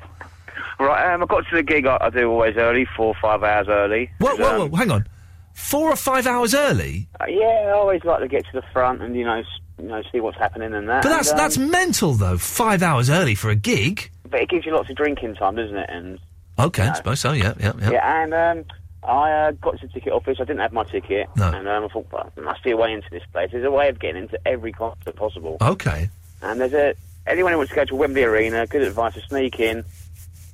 [SPEAKER 13] Right, um, I got to the gig I, I do always early, four or five hours early.
[SPEAKER 5] Whoa,
[SPEAKER 13] 'Cause,
[SPEAKER 5] whoa,
[SPEAKER 13] um,
[SPEAKER 5] whoa. Hang on. Four or five hours early?
[SPEAKER 13] uh, yeah, I always like to get to the front and, you know, s- you know see what's happening and that.
[SPEAKER 5] But that's,
[SPEAKER 13] and, um,
[SPEAKER 5] that's mental, though. Five hours early for a gig?
[SPEAKER 13] But it gives you lots of drinking time, doesn't it? And
[SPEAKER 5] Okay, I suppose so. Yeah, yeah, yeah.
[SPEAKER 13] Yeah, and um, I uh, got to the ticket office. I didn't have my ticket,
[SPEAKER 5] No.
[SPEAKER 13] and um, I thought well, there must be a way into this place. There's a way of getting into every concert possible.
[SPEAKER 5] Okay.
[SPEAKER 13] And there's a anyone who wants to go to Wembley Arena, good advice to sneak in,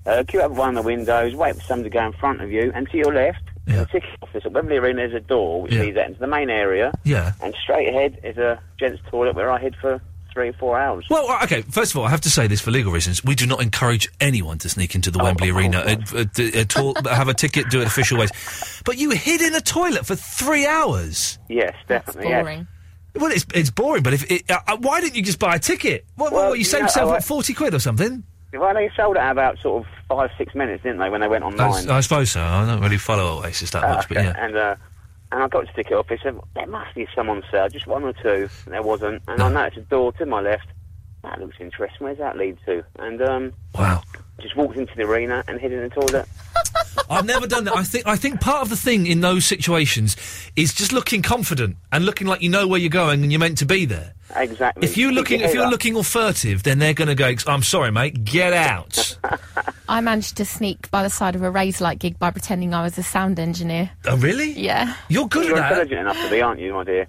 [SPEAKER 13] uh, queue up at one of the windows, wait for somebody to go in front of you, and to your left, in the ticket office at Wembley Arena, there's a door which
[SPEAKER 5] Yeah.
[SPEAKER 13] leads out into the main area,
[SPEAKER 5] Yeah.
[SPEAKER 13] and straight ahead is a gents' toilet where I hid for three or four hours.
[SPEAKER 5] Well, uh, okay. First of all, I have to say this for legal reasons. We do not encourage anyone to sneak
[SPEAKER 13] Oh,
[SPEAKER 5] into the Wembley Arena at, at, at all. have a ticket, do it official ways. But you hid in a toilet for three hours.
[SPEAKER 13] Yes, definitely. yes.
[SPEAKER 5] Well, it's it's boring. But if it, uh, uh, why didn't you just buy a ticket? What, what,
[SPEAKER 13] Well,
[SPEAKER 5] what you
[SPEAKER 13] you
[SPEAKER 5] saved
[SPEAKER 13] know,
[SPEAKER 5] yourself
[SPEAKER 13] I-
[SPEAKER 5] what, forty quid or something?
[SPEAKER 13] Well, they sold it out about sort of five, six minutes, didn't they, when they went online?
[SPEAKER 5] That's- I suppose so. I don't really follow Oasis that much, but
[SPEAKER 13] Okay,
[SPEAKER 5] yeah.
[SPEAKER 13] And uh, and I got to stick it up. He said there must be someone sale, just one or two. And there wasn't. And I noticed a door to my left. That looks interesting. Where's that lead to? And um,
[SPEAKER 5] wow.
[SPEAKER 13] Just walked into the arena and hid in the toilet.
[SPEAKER 5] I've never done that. I think I think part of the thing in those situations is just looking confident and looking like you know where you're going and you're meant to be there.
[SPEAKER 13] Exactly.
[SPEAKER 5] If you're
[SPEAKER 13] Did
[SPEAKER 5] looking,
[SPEAKER 13] you
[SPEAKER 5] if
[SPEAKER 13] hear
[SPEAKER 5] you're
[SPEAKER 13] that?
[SPEAKER 5] looking all furtive, then they're going to go. I'm sorry, mate. Get out.
[SPEAKER 4] I managed to sneak by the side of a Razorlight gig by pretending I was a sound engineer.
[SPEAKER 5] oh, really?
[SPEAKER 4] Yeah.
[SPEAKER 5] You're good
[SPEAKER 13] You're
[SPEAKER 5] at that.
[SPEAKER 13] intelligent enough to be, aren't you, my dear?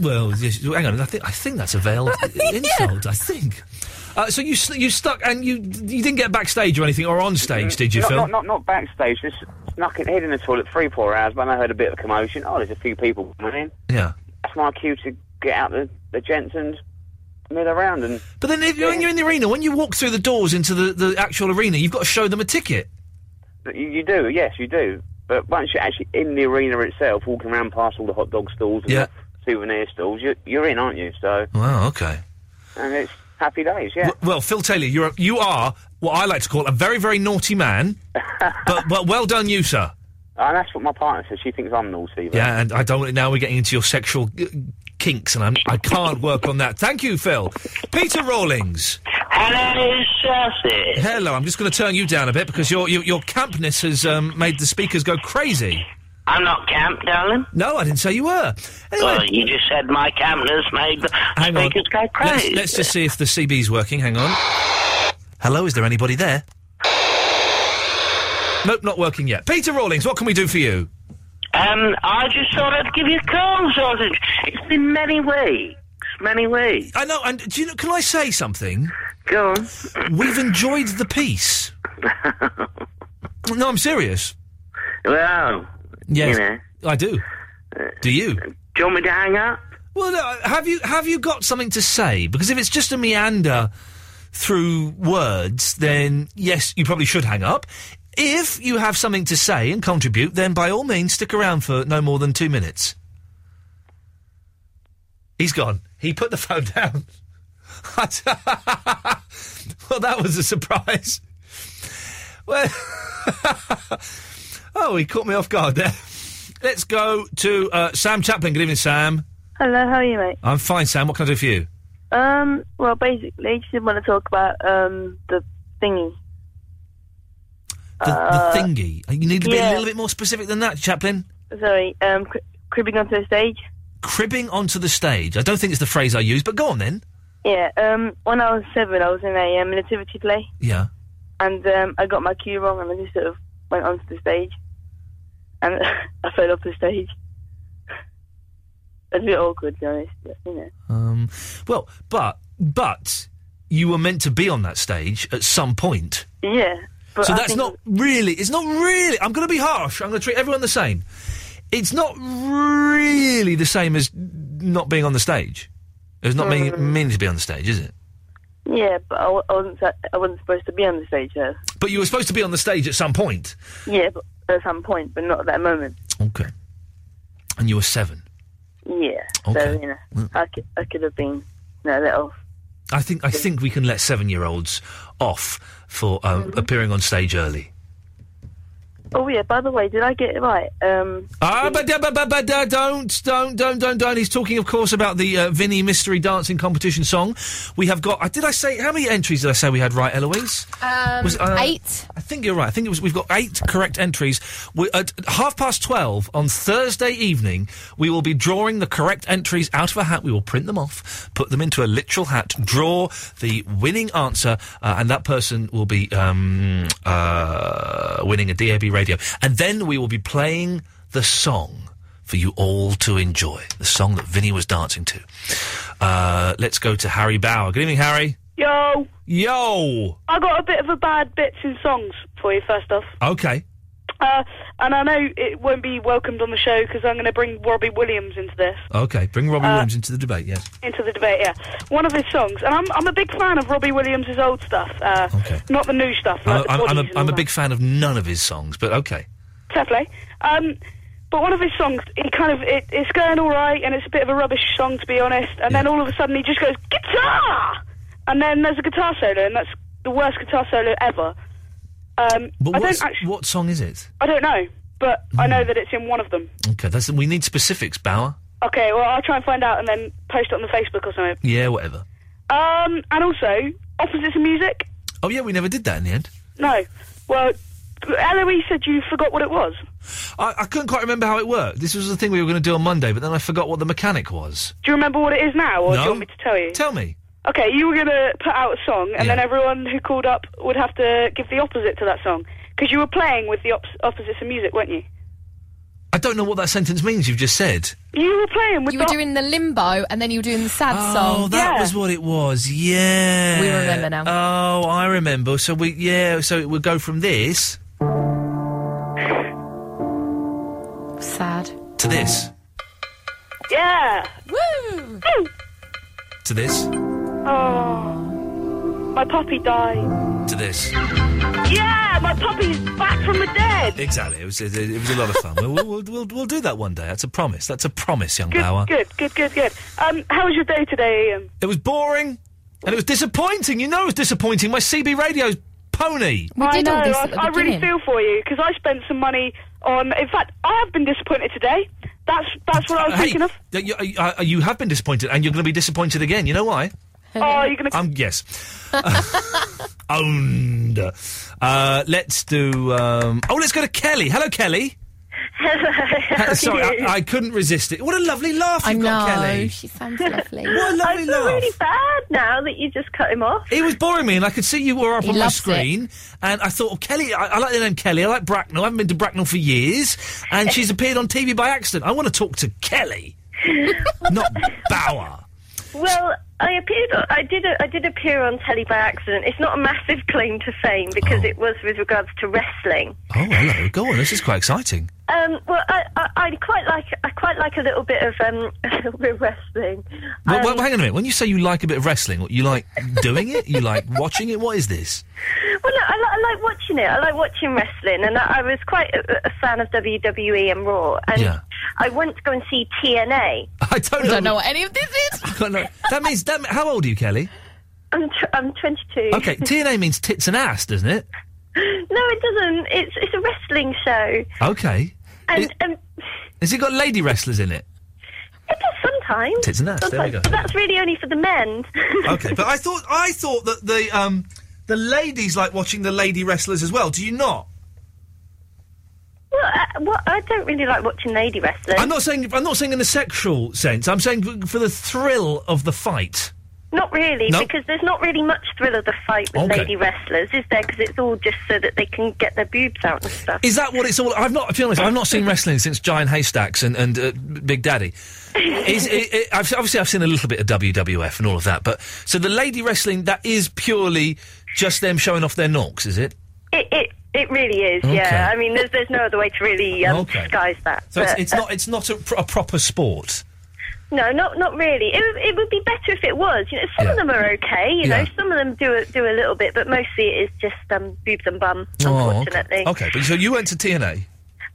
[SPEAKER 5] well, yes, hang on. I think I think that's a veiled insult. I think. Uh, so you sn- you stuck and you you didn't get backstage or anything or on stage, did you,
[SPEAKER 13] not,
[SPEAKER 5] Phil?
[SPEAKER 13] Not, not, not backstage. Just snuck in, hid in the toilet three, four hours. When I heard a bit of a commotion, oh, there's a few people coming in.
[SPEAKER 5] Yeah.
[SPEAKER 13] That's my cue to get out the the gents and mill around and.
[SPEAKER 5] But then if, when you're in the arena, when you walk through the doors into the, the actual arena, you've got to show them a ticket.
[SPEAKER 13] But You, you do, yes, you do. But once you're actually in the arena itself, walking around past all the hot dog stalls and
[SPEAKER 5] Yeah.
[SPEAKER 13] the souvenir stalls, you're, you're in, aren't you? So,
[SPEAKER 5] Wow. Okay.
[SPEAKER 13] and it's Happy days, yeah.
[SPEAKER 5] Well, Phil Taylor, you're a, you are what I like to call a very, very naughty man. but, but well done, you, sir.
[SPEAKER 13] And that's what my partner says. She thinks I'm naughty. But
[SPEAKER 5] Yeah, and I don't. Now we're getting into your sexual uh, kinks, and I'm, I can't work on that. Thank you, Phil. Peter Rawlings.
[SPEAKER 12] Hello, Chelsea.
[SPEAKER 5] Hello. I'm just going to turn you down a bit because your your, your campness has um, made the speakers go crazy.
[SPEAKER 12] I'm not camp, darling.
[SPEAKER 5] No, I didn't say you were. Anyway,
[SPEAKER 12] Well, Oh, you just said my campness made the
[SPEAKER 5] hang on.
[SPEAKER 12] speakers go
[SPEAKER 5] Let's,
[SPEAKER 12] crazy.
[SPEAKER 5] let's just see if the CB's working. Hang on. Hello, is there anybody there? Nope, not working yet. Peter Rawlings, what can we do for you?
[SPEAKER 12] Um, I just thought I'd give you a call, Sausage. It's been many weeks, many weeks.
[SPEAKER 5] I know, and do you know, can I say something?
[SPEAKER 12] Go on.
[SPEAKER 5] We've enjoyed the peace. no, I'm serious.
[SPEAKER 12] Well,
[SPEAKER 5] Yes,
[SPEAKER 12] you know. Uh,
[SPEAKER 5] I do. Do you? Do
[SPEAKER 12] you want me to hang up?
[SPEAKER 5] Well, no, have you have you got something to say? Because if it's just a meander through words, then yes, you probably should hang up. If you have something to say and contribute, then by all means stick around for no more than two minutes. He's gone. He put the phone down. well, that was a surprise. Well, oh, he caught me off guard there. Let's go to uh, Sam Chaplin. Good evening, Sam.
[SPEAKER 14] Hello, how are you, mate?
[SPEAKER 5] I'm fine, Sam. What can I do for you?
[SPEAKER 14] Um, well, basically, just didn't want to talk about um the thingy.
[SPEAKER 5] The,
[SPEAKER 14] Uh,
[SPEAKER 5] the thingy. You need to be
[SPEAKER 14] yeah.
[SPEAKER 5] a little bit more specific than that, Chaplin.
[SPEAKER 14] Sorry, um, cri- cribbing onto the stage.
[SPEAKER 5] Cribbing onto the stage. I don't think it's the phrase I use, but go on then.
[SPEAKER 14] Yeah. Um, when I was seven, I was in a um, nativity play,
[SPEAKER 5] Yeah.
[SPEAKER 14] and um, I got my cue wrong, and I just sort of went onto the stage, and I fell off the stage. It's a bit awkward, to be honest, but, you know.
[SPEAKER 5] Um, well, but but you were meant to be on that stage at some point.
[SPEAKER 14] Yeah. But
[SPEAKER 5] so
[SPEAKER 14] I
[SPEAKER 5] that's
[SPEAKER 14] think-
[SPEAKER 5] not really. It's not really. I'm going to be harsh. I'm going to treat everyone the same. It's not really the same as not being on the stage. It's not mean-
[SPEAKER 14] Hmm.
[SPEAKER 5] meaning to be on the stage, is it?
[SPEAKER 14] Yeah, but I, wa- I wasn't. sa- I wasn't supposed to be on the stage though.
[SPEAKER 5] But you were supposed to be on the stage at some point,
[SPEAKER 14] Yeah, but at some point, but not at that moment.
[SPEAKER 5] and you were seven.
[SPEAKER 14] Yeah. So
[SPEAKER 5] Okay.
[SPEAKER 14] you know, I could, I could have been you know, let off.
[SPEAKER 5] I think I think we can let seven-year-olds off for um, appearing on stage early.
[SPEAKER 14] Oh yeah. By the way, did I get it right? Um.
[SPEAKER 5] Ah, but, da- but, but, but da- don't, don't, don't, don't, don't. He's talking, of course, about the uh, Vinny Mystery Dancing Competition song. We have got. Uh, did I say how many entries did I say we had right, Eloise?
[SPEAKER 4] Um,
[SPEAKER 5] Was it, uh,
[SPEAKER 4] eight.
[SPEAKER 5] I think you're right. I think it was. We've got eight correct entries. we at half past twelve on Thursday evening, we will be drawing the correct entries out of a hat. We will print them off, put them into a literal hat, draw the winning answer, uh, and that person will be um, uh, winning a DAB radio. And then we will be playing the song for you all to enjoy. The song that Vinny was dancing to. Uh, let's go to Harry Bauer. Good evening, Harry.
[SPEAKER 15] Yo,
[SPEAKER 5] Yo.
[SPEAKER 15] I got a bit of a bad bits in songs for you, first off.
[SPEAKER 5] Okay.
[SPEAKER 15] Uh, and I know it won't be welcomed on the show because I'm going to bring Robbie Williams into this,
[SPEAKER 5] Okay, bring Robbie
[SPEAKER 15] Uh,
[SPEAKER 5] Williams into the debate. Yes.
[SPEAKER 15] into the debate, yeah. One of his songs. And I'm, I'm a big fan of Robbie Williams' old stuff, uh, not the new stuff. Like
[SPEAKER 5] I'm,
[SPEAKER 15] the
[SPEAKER 5] I'm, I'm,
[SPEAKER 15] Bodies
[SPEAKER 5] a,
[SPEAKER 15] and
[SPEAKER 5] I'm
[SPEAKER 15] all
[SPEAKER 5] a big fan of none of his songs, but okay.
[SPEAKER 15] that. Fair play. Um, but one of his songs, he kind of, it, it's going all right, and it's a bit of a rubbish song, to be honest. And then all of a sudden he just goes, guitar! And then there's a guitar solo, and that's the worst guitar solo ever. Um,
[SPEAKER 5] But
[SPEAKER 15] I don't
[SPEAKER 5] what's- Hmm.
[SPEAKER 15] actually...
[SPEAKER 5] what song is it?
[SPEAKER 15] I don't know, but I know that it's in one of them.
[SPEAKER 5] Okay, that's we need specifics, Bauer.
[SPEAKER 15] Okay, well, I'll try and find out and then post it on the Facebook or something.
[SPEAKER 5] Yeah, whatever.
[SPEAKER 15] Um, and also, opposites of music?
[SPEAKER 5] Oh yeah, we never did that in the end.
[SPEAKER 15] No. Well, Eloise said you forgot what it was.
[SPEAKER 5] I, I couldn't quite remember how it worked. This was the thing we were going to do on Monday, but then I forgot what the mechanic was.
[SPEAKER 15] Do you remember what it is now, or do
[SPEAKER 5] No.
[SPEAKER 15] you want me to tell you?
[SPEAKER 5] Tell me.
[SPEAKER 15] Okay, you were going to put out a song, and then everyone who called up would have to give the opposite to that song. Because you were playing with the op- opposites of music, weren't you?
[SPEAKER 5] I don't know what that sentence means. You've just said.
[SPEAKER 15] You were playing with
[SPEAKER 4] You were doing the limbo and then you were doing the sad song.
[SPEAKER 5] Oh, that was what it was. Yeah.
[SPEAKER 4] We remember now.
[SPEAKER 5] Oh, I remember. So we yeah. So it would go from this
[SPEAKER 4] Sad.
[SPEAKER 5] to this
[SPEAKER 15] Yeah! Hmm.
[SPEAKER 4] Woo!
[SPEAKER 5] to this
[SPEAKER 15] Oh. My puppy died.
[SPEAKER 5] to this.
[SPEAKER 15] Yeah, my puppy's back from the dead!
[SPEAKER 5] Exactly. It was it, it was a lot of fun. we'll, we'll, we'll we'll do that one day. That's a promise. That's a promise, young Bauer.
[SPEAKER 15] Good, good, good, good. Um, how was your day today, Ian?
[SPEAKER 5] It was boring. And it was disappointing. You know it was disappointing. My CB radio's pony.
[SPEAKER 15] I know. I, I really feel for you because I spent some money on. In fact, I have been disappointed today. That's that's what I was
[SPEAKER 5] Hey,
[SPEAKER 15] thinking of.
[SPEAKER 5] uh, you, uh, uh, you have been disappointed, and you're going to be disappointed again. You know why?
[SPEAKER 15] Oh, you're gonna.
[SPEAKER 5] Um, yes. Owned. Uh, let's do. Um, oh, let's go to Kelly. Hello, Kelly. Uh, Sorry, I, I couldn't resist it. What a lovely laugh
[SPEAKER 4] I
[SPEAKER 5] you've got,
[SPEAKER 4] know,
[SPEAKER 5] Kelly.
[SPEAKER 4] She sounds lovely.
[SPEAKER 5] What a lovely
[SPEAKER 14] I feel
[SPEAKER 5] laugh.
[SPEAKER 14] really bad now that you just cut him off.
[SPEAKER 5] It was boring me, and I could see you were up
[SPEAKER 14] He
[SPEAKER 5] on my
[SPEAKER 14] loves
[SPEAKER 5] screen. And I thought, well, Kelly, I, I like the name Kelly. I like Bracknell. I haven't been to Bracknell for years, and she's appeared on TV by accident. I want to talk to Kelly, not Bauer.
[SPEAKER 16] Well, I appeared. on- I did. I did appear on telly by accident. It's not a massive claim to fame because it was with regards to wrestling.
[SPEAKER 5] Oh, hello. Go on. This is quite exciting.
[SPEAKER 16] Um, well, I, I, I quite like. I quite like a little bit of um, a little bit of wrestling.
[SPEAKER 5] Well,
[SPEAKER 16] Um,
[SPEAKER 5] well, hang on a minute. When you say you like a bit of wrestling, what, you like doing it? You like watching it? What is this?
[SPEAKER 16] Well, no, I, li- I like watching it. I like watching wrestling, and I, I was quite a, a fan of WWE and Raw. And
[SPEAKER 5] Yeah.
[SPEAKER 16] I went to go and see TNA.
[SPEAKER 5] I don't know.
[SPEAKER 16] any of this is.
[SPEAKER 5] I don't know. That means that. me- How old are you, Kelly?
[SPEAKER 16] I'm tw- I'm 22.
[SPEAKER 5] Okay, TNA means tits and ass, doesn't it?
[SPEAKER 16] no, it doesn't. It's it's a wrestling show,
[SPEAKER 5] Okay.
[SPEAKER 16] and and
[SPEAKER 5] Has it got lady wrestlers in it?
[SPEAKER 16] it does sometimes.
[SPEAKER 5] Tits and ass, there we
[SPEAKER 16] Sometimes.
[SPEAKER 5] go.
[SPEAKER 16] But that's really only for the men.
[SPEAKER 5] Okay, but I thought I thought that the um the ladies like watching the lady wrestlers as well. Do you not?
[SPEAKER 16] Well, I, well, I don't really like watching lady wrestling.
[SPEAKER 5] I'm not saying I'm not saying in a sexual sense. I'm saying f- for the thrill of the fight.
[SPEAKER 16] Not really,
[SPEAKER 5] No?
[SPEAKER 16] because there's not really much thrill of the fight with
[SPEAKER 5] Okay.
[SPEAKER 16] lady wrestlers, is there? Because it's all just so that they can get their boobs out and stuff.
[SPEAKER 5] Is that what it's all? I've not. To be honest, I've not seen wrestling since Giant Haystacks and and uh, Big Daddy. Is, it, it, I've, obviously, I've seen a little bit of WWF and all of that, but so the lady wrestling that is purely just them showing off their knocks, is it?
[SPEAKER 16] It it, it really is.
[SPEAKER 5] Okay.
[SPEAKER 16] Yeah, I mean, there's there's no other way to really um,
[SPEAKER 5] Okay.
[SPEAKER 16] disguise that.
[SPEAKER 5] So it's,
[SPEAKER 16] but,
[SPEAKER 5] it's
[SPEAKER 16] uh,
[SPEAKER 5] not it's not a, pr- a proper sport.
[SPEAKER 16] No, not not really. It, would- it would be better if it was. You know, some of them are okay. You
[SPEAKER 5] Yeah.
[SPEAKER 16] know, some of them do a, do a little bit, but mostly it is just um, boobs and bum.
[SPEAKER 5] Oh,
[SPEAKER 16] Unfortunately,
[SPEAKER 5] okay. okay, but so you went to TNA.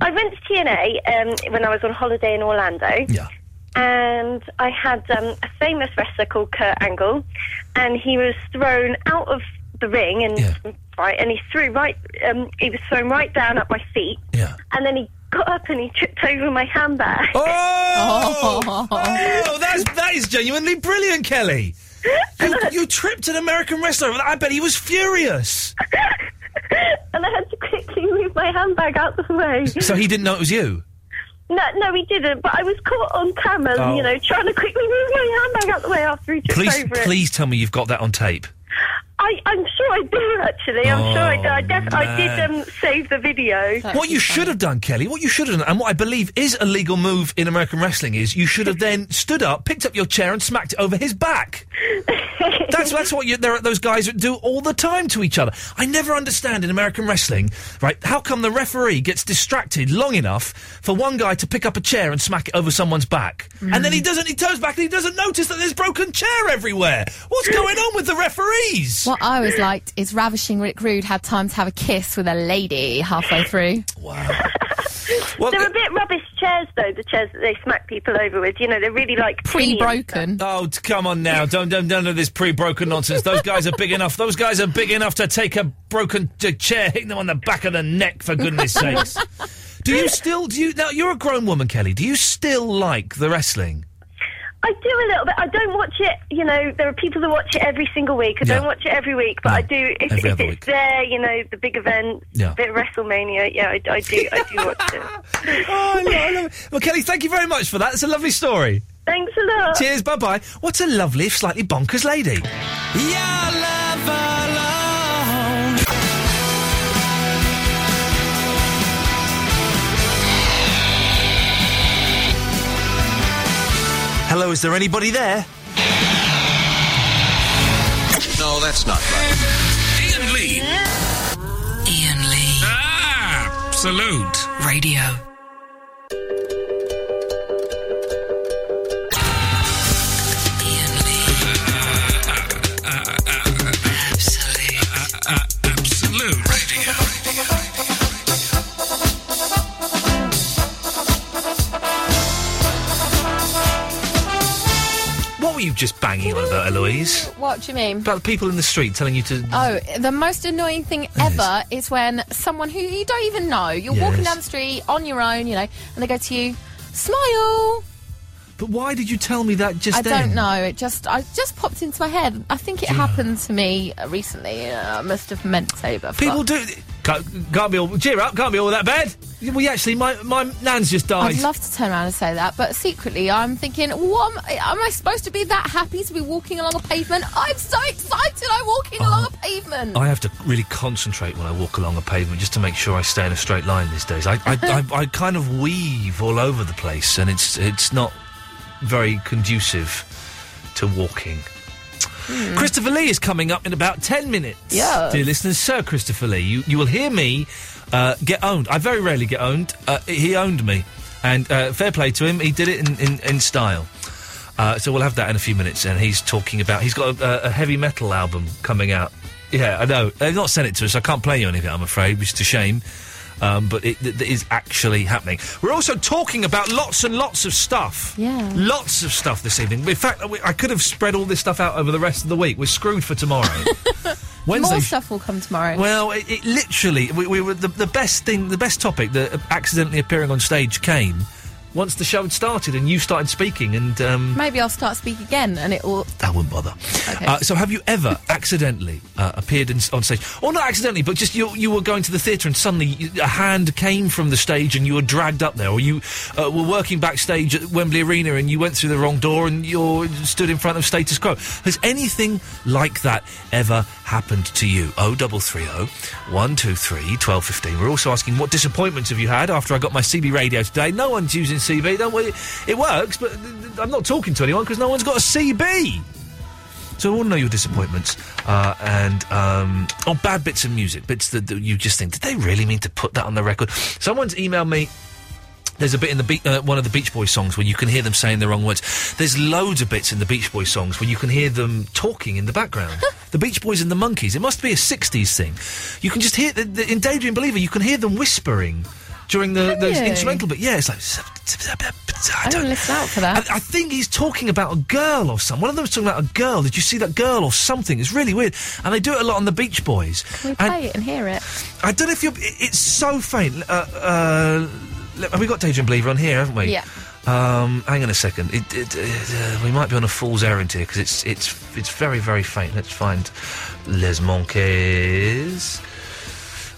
[SPEAKER 16] I went to TNA um, when I was on holiday in Orlando.
[SPEAKER 5] Yeah.
[SPEAKER 16] And I had um, a famous wrestler called Kurt Angle, and he was thrown out of the ring and right, and he threw right, um, he was thrown right down at my feet. Yeah. And then he got up and he tripped over my handbag.
[SPEAKER 5] Oh, oh that's that is genuinely brilliant, Kelly. You, you tripped an American wrestler. I bet he was furious.
[SPEAKER 16] and I had to quickly move my handbag out the way.
[SPEAKER 5] So he didn't know it was you.
[SPEAKER 16] No, no, he didn't. But I was caught on camera,
[SPEAKER 5] Oh.
[SPEAKER 16] you know, trying to quickly move my handbag out the way after he tripped
[SPEAKER 5] Please,
[SPEAKER 16] over it.
[SPEAKER 5] please tell me you've got that on tape.
[SPEAKER 16] I, I'm sure I do actually. I'm
[SPEAKER 5] Oh,
[SPEAKER 16] sure I do. I, def- I did
[SPEAKER 5] man.
[SPEAKER 16] um, save the video.
[SPEAKER 5] what you should have done, Kelly, what you should have done, and what I believe is a legal move in American wrestling, is you should have then stood up, picked up your chair, and smacked it over his back. that's that's what you, there are those guys that do all the time to each other. I never understand in American wrestling, right? How come the referee gets distracted long enough for one guy to pick up a chair and smack it over someone's back, and then he doesn't? He turns back and he doesn't notice that there's broken chair everywhere. What's going on with the referees?
[SPEAKER 4] What I always liked is ravishing Rick Rude had time to have a kiss with a lady halfway through.
[SPEAKER 16] they're a bit rubbish chairs though. The chairs that they smack people over with. You know, they're really like tinny and
[SPEAKER 5] Oh, t- come on now! Don't don't none of this pre-broken nonsense. Those guys are big enough. Those guys are big enough to take a broken t- chair, hitting them on the back of the neck. For goodness sakes! Do you still do you now? You're a grown woman, Kelly. Do you still like the wrestling?
[SPEAKER 16] I do a little bit. I don't watch it. You know, there are people that watch it every single week. I
[SPEAKER 5] Yeah.
[SPEAKER 16] don't watch it every week, but I do. If,
[SPEAKER 5] every
[SPEAKER 16] if
[SPEAKER 5] other
[SPEAKER 16] it's
[SPEAKER 5] week.
[SPEAKER 16] there, you know, the big event,
[SPEAKER 5] Yeah.
[SPEAKER 16] bit of WrestleMania. Yeah, I, I do. I do watch it.
[SPEAKER 5] oh, I love, I love it. Well, Kelly, thank you very much for that. It's a lovely story.
[SPEAKER 16] Thanks a lot.
[SPEAKER 5] Cheers. Bye bye. What a lovely, slightly bonkers lady. Hello, is there anybody there?
[SPEAKER 7] No, that's not right.
[SPEAKER 2] Ian Lee. Ian Lee. Ah, salute. Radio. Absolute radio.
[SPEAKER 5] What were you just banging on about, Eloise?
[SPEAKER 4] What do you mean?
[SPEAKER 5] About the people in the street telling you to.
[SPEAKER 4] Oh, the most annoying thing ever is when someone who you don't even know, you're
[SPEAKER 5] Yes.
[SPEAKER 4] walking down the street on your own, you know, and they go to you, smile.
[SPEAKER 5] But why did you tell me that just
[SPEAKER 4] I
[SPEAKER 5] then?
[SPEAKER 4] don't know. It just, I just popped into my head. I think it happened to me uh, recently. Uh, I must have meant to, but I
[SPEAKER 5] People
[SPEAKER 4] forgot.
[SPEAKER 5] do. Can't, can't be all. Cheer up! Can't be all that bad. We actually, my my nan's just died.
[SPEAKER 4] I'd love to turn around and say that, but secretly I'm thinking, what am, am I supposed to be that happy to be walking along a pavement? I'm so excited! I'm walking along a pavement.
[SPEAKER 5] I have to really concentrate when I walk along a pavement just to make sure I stay in a straight line these days. I, I, I, I kind of weave all over the place, and it's it's not very conducive to walking.
[SPEAKER 6] Hmm.
[SPEAKER 5] Christopher Lee is coming up in about 10 minutes.
[SPEAKER 3] Yeah.
[SPEAKER 5] Dear listeners, Sir Christopher Lee, you, you will hear me uh, get owned. I very rarely get owned. Uh, he owned me. And uh, fair play to him, he did it in, in, in style. Uh, so we'll have that in a few minutes. And he's talking about, he's got a, a heavy metal album coming out. Yeah, I know. They've not sent it to us. I can't play you any of it, I'm afraid, which is a shame. Um, but it, it is actually happening. We're also talking about lots and lots of stuff.
[SPEAKER 4] Yeah.
[SPEAKER 5] Lots of stuff this evening. In fact, we- I could have spread all this stuff out over the rest of the week. We're screwed for tomorrow.
[SPEAKER 4] More
[SPEAKER 5] Wednesday.
[SPEAKER 4] stuff will come tomorrow.
[SPEAKER 5] Well, it, it literally, we, we were the, the best thing, the best topic that accidentally appearing on stage came once the show had started and you started speaking, and um,
[SPEAKER 4] maybe I'll start speak again, and it will.
[SPEAKER 5] that wouldn't bother.
[SPEAKER 4] Okay.
[SPEAKER 5] Uh, so, have you ever accidentally uh, appeared in, on stage, or not accidentally, but just you, you were going to the theatre and suddenly you, a hand came from the stage and you were dragged up there, or you uh, were working backstage at Wembley Arena and you went through the wrong door and you stood in front of status quo? Has anything like that ever happened to you? Oh, double three oh, one two three twelve fifteen. We're also asking what disappointments have you had after I got my CB radio today? No one's using CB. Don't worry, it works, but th- th- I'm not talking to anyone because no one's got a CB. So I want to know your disappointments uh, and um, or bad bits of music, bits that, that you just think, did they really mean to put that on the record? Someone's emailed me. There's a bit in the be- uh, one of the Beach Boys songs where you can hear them saying the wrong words. There's loads of bits in the Beach Boys songs where you can hear them talking in the background. the Beach Boys and the Monkeys. It must be a '60s thing. You can just hear the, the, in Daydream Believer. You can hear them whispering during the,
[SPEAKER 4] Can
[SPEAKER 5] the
[SPEAKER 4] you?
[SPEAKER 5] instrumental bit. Yeah, it's like uh, I don't
[SPEAKER 4] listen out for that.
[SPEAKER 5] I, I think he's talking about a girl or something. One of them was talking about a girl. Did you see that girl or something? It's really weird. And they do it a lot on the Beach Boys.
[SPEAKER 4] Can we
[SPEAKER 5] And
[SPEAKER 4] play it and hear it?
[SPEAKER 5] I don't know if you're. it- It's so faint. Uh, uh, le- have we got Daydream Believer on here, haven't we?
[SPEAKER 4] Yeah.
[SPEAKER 5] Um, hang on a second. It, it, it, uh, we might be on a fool's errand here because it's it's it's very very faint. Let's find Les Monkeys.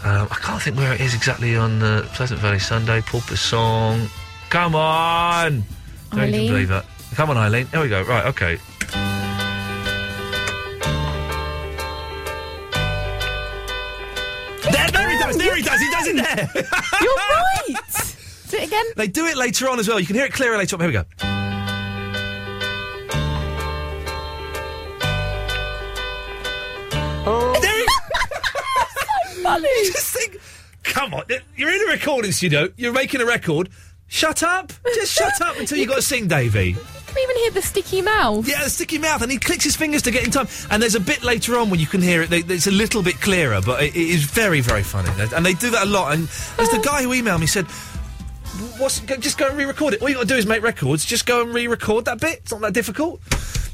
[SPEAKER 5] Um, I can't think where it is exactly on uh, Pleasant Valley Sunday. Pauper's song. Come on, Daydream
[SPEAKER 3] Eileen.
[SPEAKER 5] Believer. Come on, Eileen. There we go. Right. Okay. There, there he does. There he does. He does it there.
[SPEAKER 4] You're right. Do it again.
[SPEAKER 5] They do it later on as well. You can hear it clearer later on. Here we go.
[SPEAKER 4] Oh.
[SPEAKER 5] There
[SPEAKER 3] he-
[SPEAKER 5] You just think, come on, you're in a recording studio, you're making a record. Shut up! Just shut up until you got to sing, Davey.
[SPEAKER 4] You can even hear the sticky mouth.
[SPEAKER 5] Yeah, the sticky mouth, and he clicks his fingers to get in time. And there's a bit later on when you can hear it. They, it's a little bit clearer, but it, it is very, very funny. And they do that a lot. And there's the guy who emailed me said, "What's go- just go and re-record it. All you got to do is make records. Just go and re-record that bit. It's not that difficult."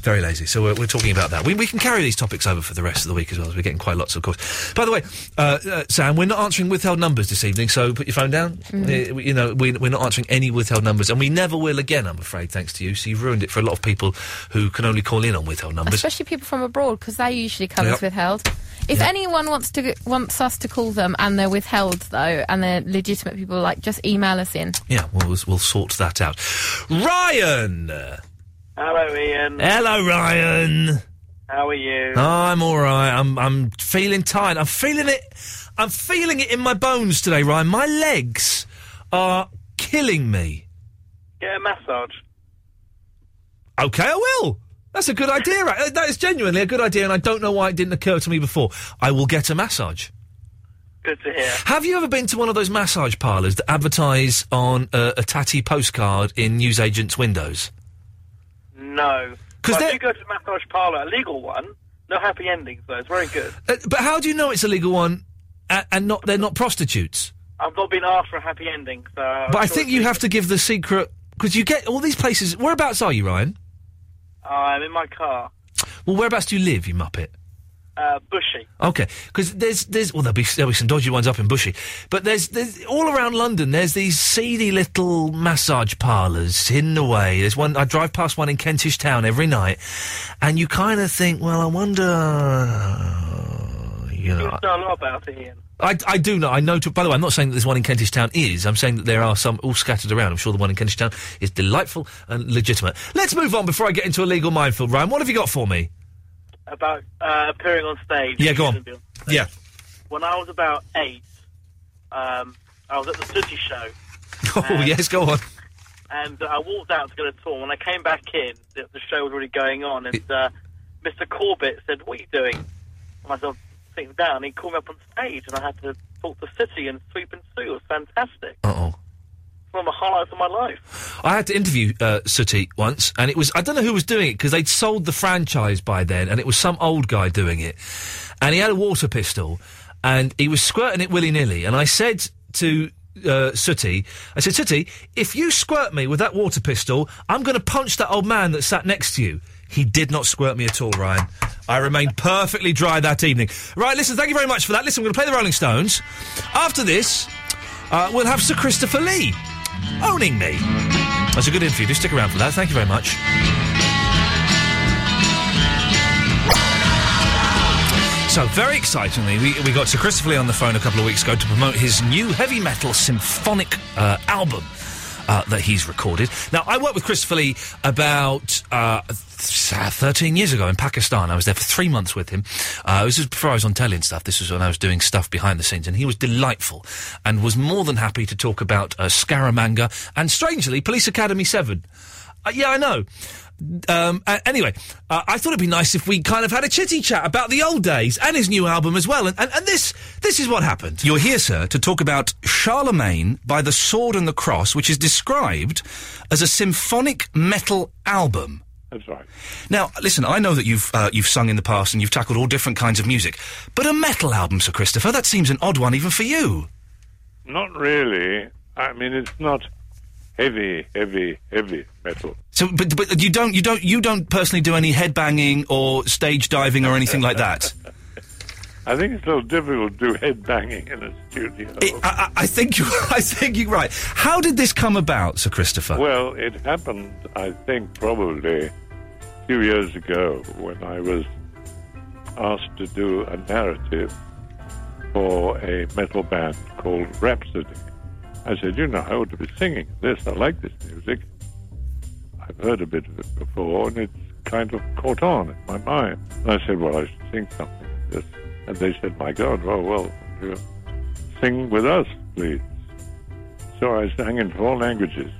[SPEAKER 5] Very lazy. So we're, we're talking about that. We, we can carry these topics over for the rest of the week as well. As we're getting quite lots, of course. By the way, uh, uh, Sam, we're not answering withheld numbers this evening. So put your phone down.
[SPEAKER 3] Mm.
[SPEAKER 5] Uh, we- you know, we, we're not answering any withheld numbers, and we never will again. I'm afraid, thanks to you. So you've ruined it for a lot of people who can only call in on withheld numbers.
[SPEAKER 4] especially people from abroad because they usually come
[SPEAKER 5] Yep.
[SPEAKER 4] as withheld. If
[SPEAKER 5] Yep.
[SPEAKER 4] anyone wants to wants us to call them and they're withheld though and they're legitimate people, like just email us in.
[SPEAKER 5] Yeah, we'll, we'll- we'll sort that out. Ryan.
[SPEAKER 17] Hello, Ian.
[SPEAKER 5] Hello, Ryan.
[SPEAKER 17] How are you?
[SPEAKER 5] I'm all right. I'm I'm feeling tired. I'm feeling it. I'm feeling it in my bones today, Ryan. My legs are killing me.
[SPEAKER 17] Get a massage.
[SPEAKER 5] Okay, I will. That's a good idea. Ra- uh, That is genuinely a good idea, and I don't know why it didn't occur to me before. I will get a massage.
[SPEAKER 17] Good to hear.
[SPEAKER 5] Have you ever been to one of those massage parlours that advertise on uh, a, a tatty postcard in newsagents' windows?
[SPEAKER 17] No. But
[SPEAKER 5] 'Cause
[SPEAKER 17] I
[SPEAKER 5] they're-
[SPEAKER 17] do go to a massage parlour, a legal one. No happy endings, though. It's very good.
[SPEAKER 5] Uh, but how do you know it's a legal one and, and not they're not prostitutes?
[SPEAKER 17] I've not been asked for a happy ending, so. I'm
[SPEAKER 5] but I
[SPEAKER 17] Uh, sure
[SPEAKER 5] think
[SPEAKER 17] it's
[SPEAKER 5] you
[SPEAKER 17] good.
[SPEAKER 5] have to give the secret because you get all these places. Whereabouts are you, Ryan?
[SPEAKER 17] I'm in my car.
[SPEAKER 5] Well, whereabouts do you live, you muppet?
[SPEAKER 17] Uh, bushy.
[SPEAKER 5] Okay, because there's there's well there'll be there'll be some dodgy ones up in Bushy, but there's there's all around London there's these seedy little massage parlours hidden away. There's one I drive past one in Kentish Town every night, and you kind of think, well, I wonder, you know.
[SPEAKER 17] You've done a lot about it, Ian.
[SPEAKER 5] I, I do know. I know. To, by the way, I'm not saying that this one in Kentish Town is. I'm saying that there are some all scattered around. I'm sure the one in Kentish Town is delightful and legitimate. Let's move on before I get into a legal minefield. Ryan, what have you got for me?
[SPEAKER 17] About uh, appearing on stage.
[SPEAKER 5] Yeah, go
[SPEAKER 17] You
[SPEAKER 5] on.
[SPEAKER 17] shouldn't be
[SPEAKER 5] Yeah.
[SPEAKER 17] When I was about eight, um, I was at the Sooty Show,
[SPEAKER 5] Oh yes, go on.
[SPEAKER 17] and I walked out to go to the tour. When I came back in, the, the show was already going on, and uh, Mr. Corbett said, "What are you doing?" And I said, "I'm sitting down." He called me up on stage, and I had to talk to City and Sweep and Sue. It was fantastic.
[SPEAKER 5] Uh oh.
[SPEAKER 17] One of the highlights of my life.
[SPEAKER 5] I had to interview uh, Sooty once, and it was I don't know who was doing it because they'd sold the franchise by then, and it was some old guy doing it, and he had a water pistol, and he was squirting it willy nilly, and I said to. Uh, Sooty, I said, Sooty, if you squirt me with that water pistol, I'm going to punch that old man that sat next to you. He did not squirt me at all, Ryan. I remained perfectly dry that evening. Right, listen, thank you very much for that. Listen, we're going to play the Rolling Stones. After this, uh, we'll have Sir Christopher Lee owning me. That's a good interview. Do stick around for that. Thank you very much. So, very excitingly, we, we got Sir Christopher Lee on the phone a couple of weeks ago to promote his new heavy metal symphonic uh, album uh, that he's recorded. Now, I worked with Christopher Lee about uh, th- 13 years ago in Pakistan. I was there for three months with him. Uh, this was before I was on telly and stuff. This was when I was doing stuff behind the scenes, and he was delightful and was more than happy to talk about uh, Scaramanga and, strangely, Police Academy 7. Uh, yeah, I know. Um, a- anyway, uh, I thought it'd be nice if we kind of had a chitty chat about the old days and his new album as well. And, and, and this this is what happened.
[SPEAKER 18] You're here, sir, to talk about Charlemagne by the Sword and the Cross, which is described as a symphonic metal album.
[SPEAKER 19] That's right.
[SPEAKER 18] Now, listen, I know that you've uh, you've sung in the past and you've tackled all different kinds of music, but a metal album, Sir Christopher, that seems an odd one even for you.
[SPEAKER 19] Not really. I mean, it's not heavy, heavy, heavy metal.
[SPEAKER 18] So, but, but you don't you don't you don't personally do any headbanging or stage diving or anything like that.
[SPEAKER 19] I think it's a little difficult to do head banging in a studio.
[SPEAKER 18] It- I, I I think you I think you're right. How did this come about, Sir Christopher?
[SPEAKER 19] Well, it happened, I think, probably a few years ago when I was asked to do a narrative for a metal band called Rhapsody. I said, You know, I ought to be singing this. I like this music. I've heard a bit of it before, and it's kind of caught on in my mind. And I said, Well, I should sing something like this. And they said, My God, well, well, you sing with us, please. So I sang in four languages.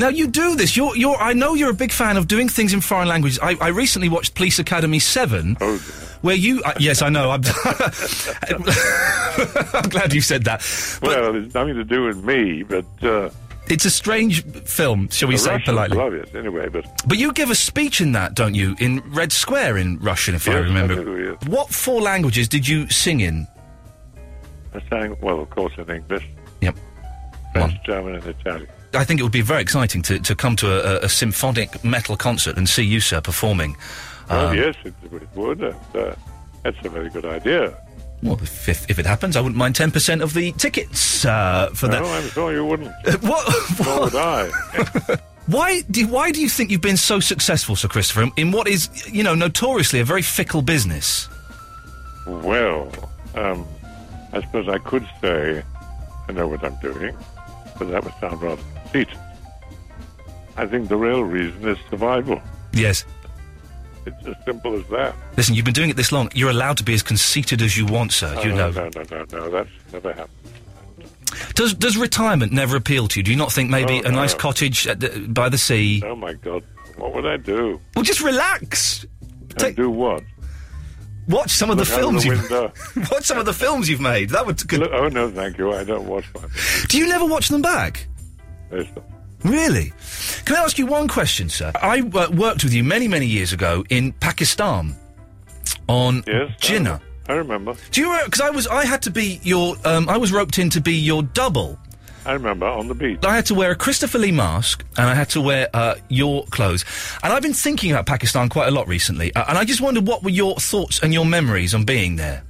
[SPEAKER 18] Now you do this. You're, you're. I know you're a big fan of doing things in foreign languages. I, I recently watched Police Academy Seven,
[SPEAKER 19] Oh,
[SPEAKER 18] where you. Uh, yes, I know. I'm, I'm glad you said that.
[SPEAKER 19] well, it's nothing to do with me, but uh,
[SPEAKER 18] It's a strange film, shall we
[SPEAKER 19] the
[SPEAKER 18] say
[SPEAKER 19] Russians
[SPEAKER 18] politely.
[SPEAKER 19] love it anyway. But
[SPEAKER 18] But you give a speech in that, don't you? In Red Square in Russian, if I
[SPEAKER 19] Yes, I
[SPEAKER 18] remember.
[SPEAKER 19] do,
[SPEAKER 18] What four languages did you sing in?
[SPEAKER 19] I sang well, of course, in English.
[SPEAKER 18] Yep.
[SPEAKER 19] French, German, and Italian.
[SPEAKER 18] I think it would be very exciting to, to come to a, a, a symphonic metal concert and see you, sir, performing.
[SPEAKER 19] Well,
[SPEAKER 18] Um,
[SPEAKER 19] yes, it, it would. And, uh, that's a very good idea.
[SPEAKER 18] Well, if, if, if it happens, I wouldn't mind 10% of the tickets uh, for that.
[SPEAKER 19] No, I'm sure you wouldn't.
[SPEAKER 18] what?
[SPEAKER 19] Nor would I.
[SPEAKER 18] Why do, why do you think you've been so successful, Sir Christopher, in, in what is, you know, notoriously a very fickle business?
[SPEAKER 19] Well, um, I suppose I could say I know what I'm doing, but that would sound rather conceited. I think the real reason is survival.
[SPEAKER 18] Yes.
[SPEAKER 19] It's as simple as that.
[SPEAKER 18] Listen, you've been doing it this long. You're allowed to be as conceited as you want, sir.
[SPEAKER 19] Oh,
[SPEAKER 18] you know.
[SPEAKER 19] No, no, no, no, that's never happened.
[SPEAKER 18] Does, does retirement never appeal to you? Do you not think maybe
[SPEAKER 19] Oh,
[SPEAKER 18] a nice
[SPEAKER 19] no.
[SPEAKER 18] cottage at the, by the sea?
[SPEAKER 19] Oh my God, what would I do?
[SPEAKER 18] Well, just relax.
[SPEAKER 19] And do what?
[SPEAKER 18] Watch some of the
[SPEAKER 19] Look out
[SPEAKER 18] films
[SPEAKER 19] the
[SPEAKER 18] you've
[SPEAKER 19] window.
[SPEAKER 18] watch some of the films you've made. That would
[SPEAKER 19] Look- oh no, thank you. I don't watch my.
[SPEAKER 18] Do you never watch them back?
[SPEAKER 19] There's the-
[SPEAKER 18] Really? Can I ask you one question, sir? I uh, worked with you many, many years ago in Pakistan on yes, Jinnah.
[SPEAKER 19] I remember.
[SPEAKER 18] Do you remember? Because I was, I had to be your, um, I was roped in to be your double
[SPEAKER 19] I remember on the beach.
[SPEAKER 5] I had to wear a Christopher Lee mask and I had to wear uh, your clothes. And I've been thinking about Pakistan quite a lot recently. Uh, and I just wondered what were your thoughts and your memories on being there?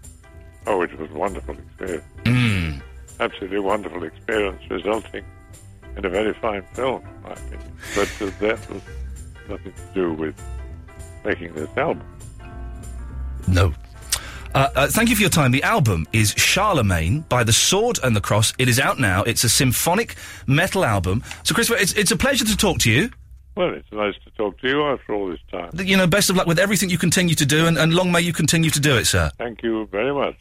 [SPEAKER 19] Oh, it was a wonderful experience.
[SPEAKER 5] Mm.
[SPEAKER 19] Absolutely wonderful experience, resulting in a very fine film, in my opinion. But uh, that was nothing to do with making this album.
[SPEAKER 5] No. Uh, uh, thank you for your time. The album is Charlemagne by the Sword and the Cross. It is out now. It's a symphonic metal album. So, Christopher, it's, it's a pleasure to talk to you.
[SPEAKER 19] Well, it's nice to talk to you after all this time.
[SPEAKER 5] You know, best of luck with everything you continue to do, and, and long may you continue to do it, sir.
[SPEAKER 19] Thank you very much.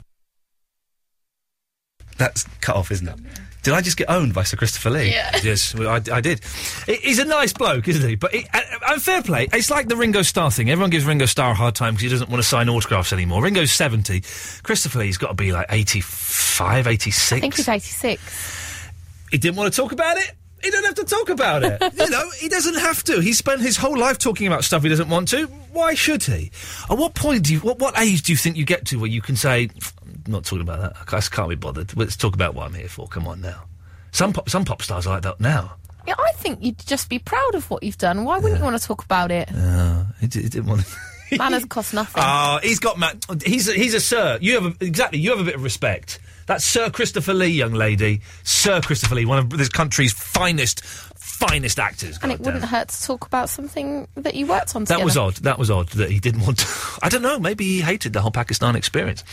[SPEAKER 5] That's cut off, isn't it? Did I just get owned by Sir Christopher Lee?
[SPEAKER 18] Yeah.
[SPEAKER 5] Yes, well, I, I did. He- He's a nice bloke, isn't he? But he, and, and fair play, it's like the Ringo Starr thing. Everyone gives Ringo Starr a hard time because he doesn't want to sign autographs anymore. Ringo's 70. Christopher Lee's got to be like 85, 86.
[SPEAKER 4] I think he's 86.
[SPEAKER 5] He didn't want to talk about it. He doesn't have to talk about it. you know, he doesn't have to. He spent his whole life talking about stuff he doesn't want to. Why should he? At what point do you? What, what age do you think you get to where you can say, "I'm not talking about that. I ca- I just can't be bothered. Let's talk about what I'm here for. Come on now." Some pop, some pop stars are like that now.
[SPEAKER 4] Yeah, I think you'd just be proud of what you've done. Why wouldn't you want to talk about it?
[SPEAKER 5] Uh, he, d- he didn't want. To
[SPEAKER 4] Manners cost nothing.
[SPEAKER 5] Oh, he's got Matt. He's a, he's a sir. You have a, exactly. You have a bit of respect. That's Sir Christopher Lee, young lady. Sir Christopher Lee, one of this country's finest, finest actors.
[SPEAKER 4] and it wouldn't hurt to talk about something that you worked on together.
[SPEAKER 5] Ah, That was odd. That was odd that he didn't want to. I don't know. Maybe he hated the whole Pakistan experience.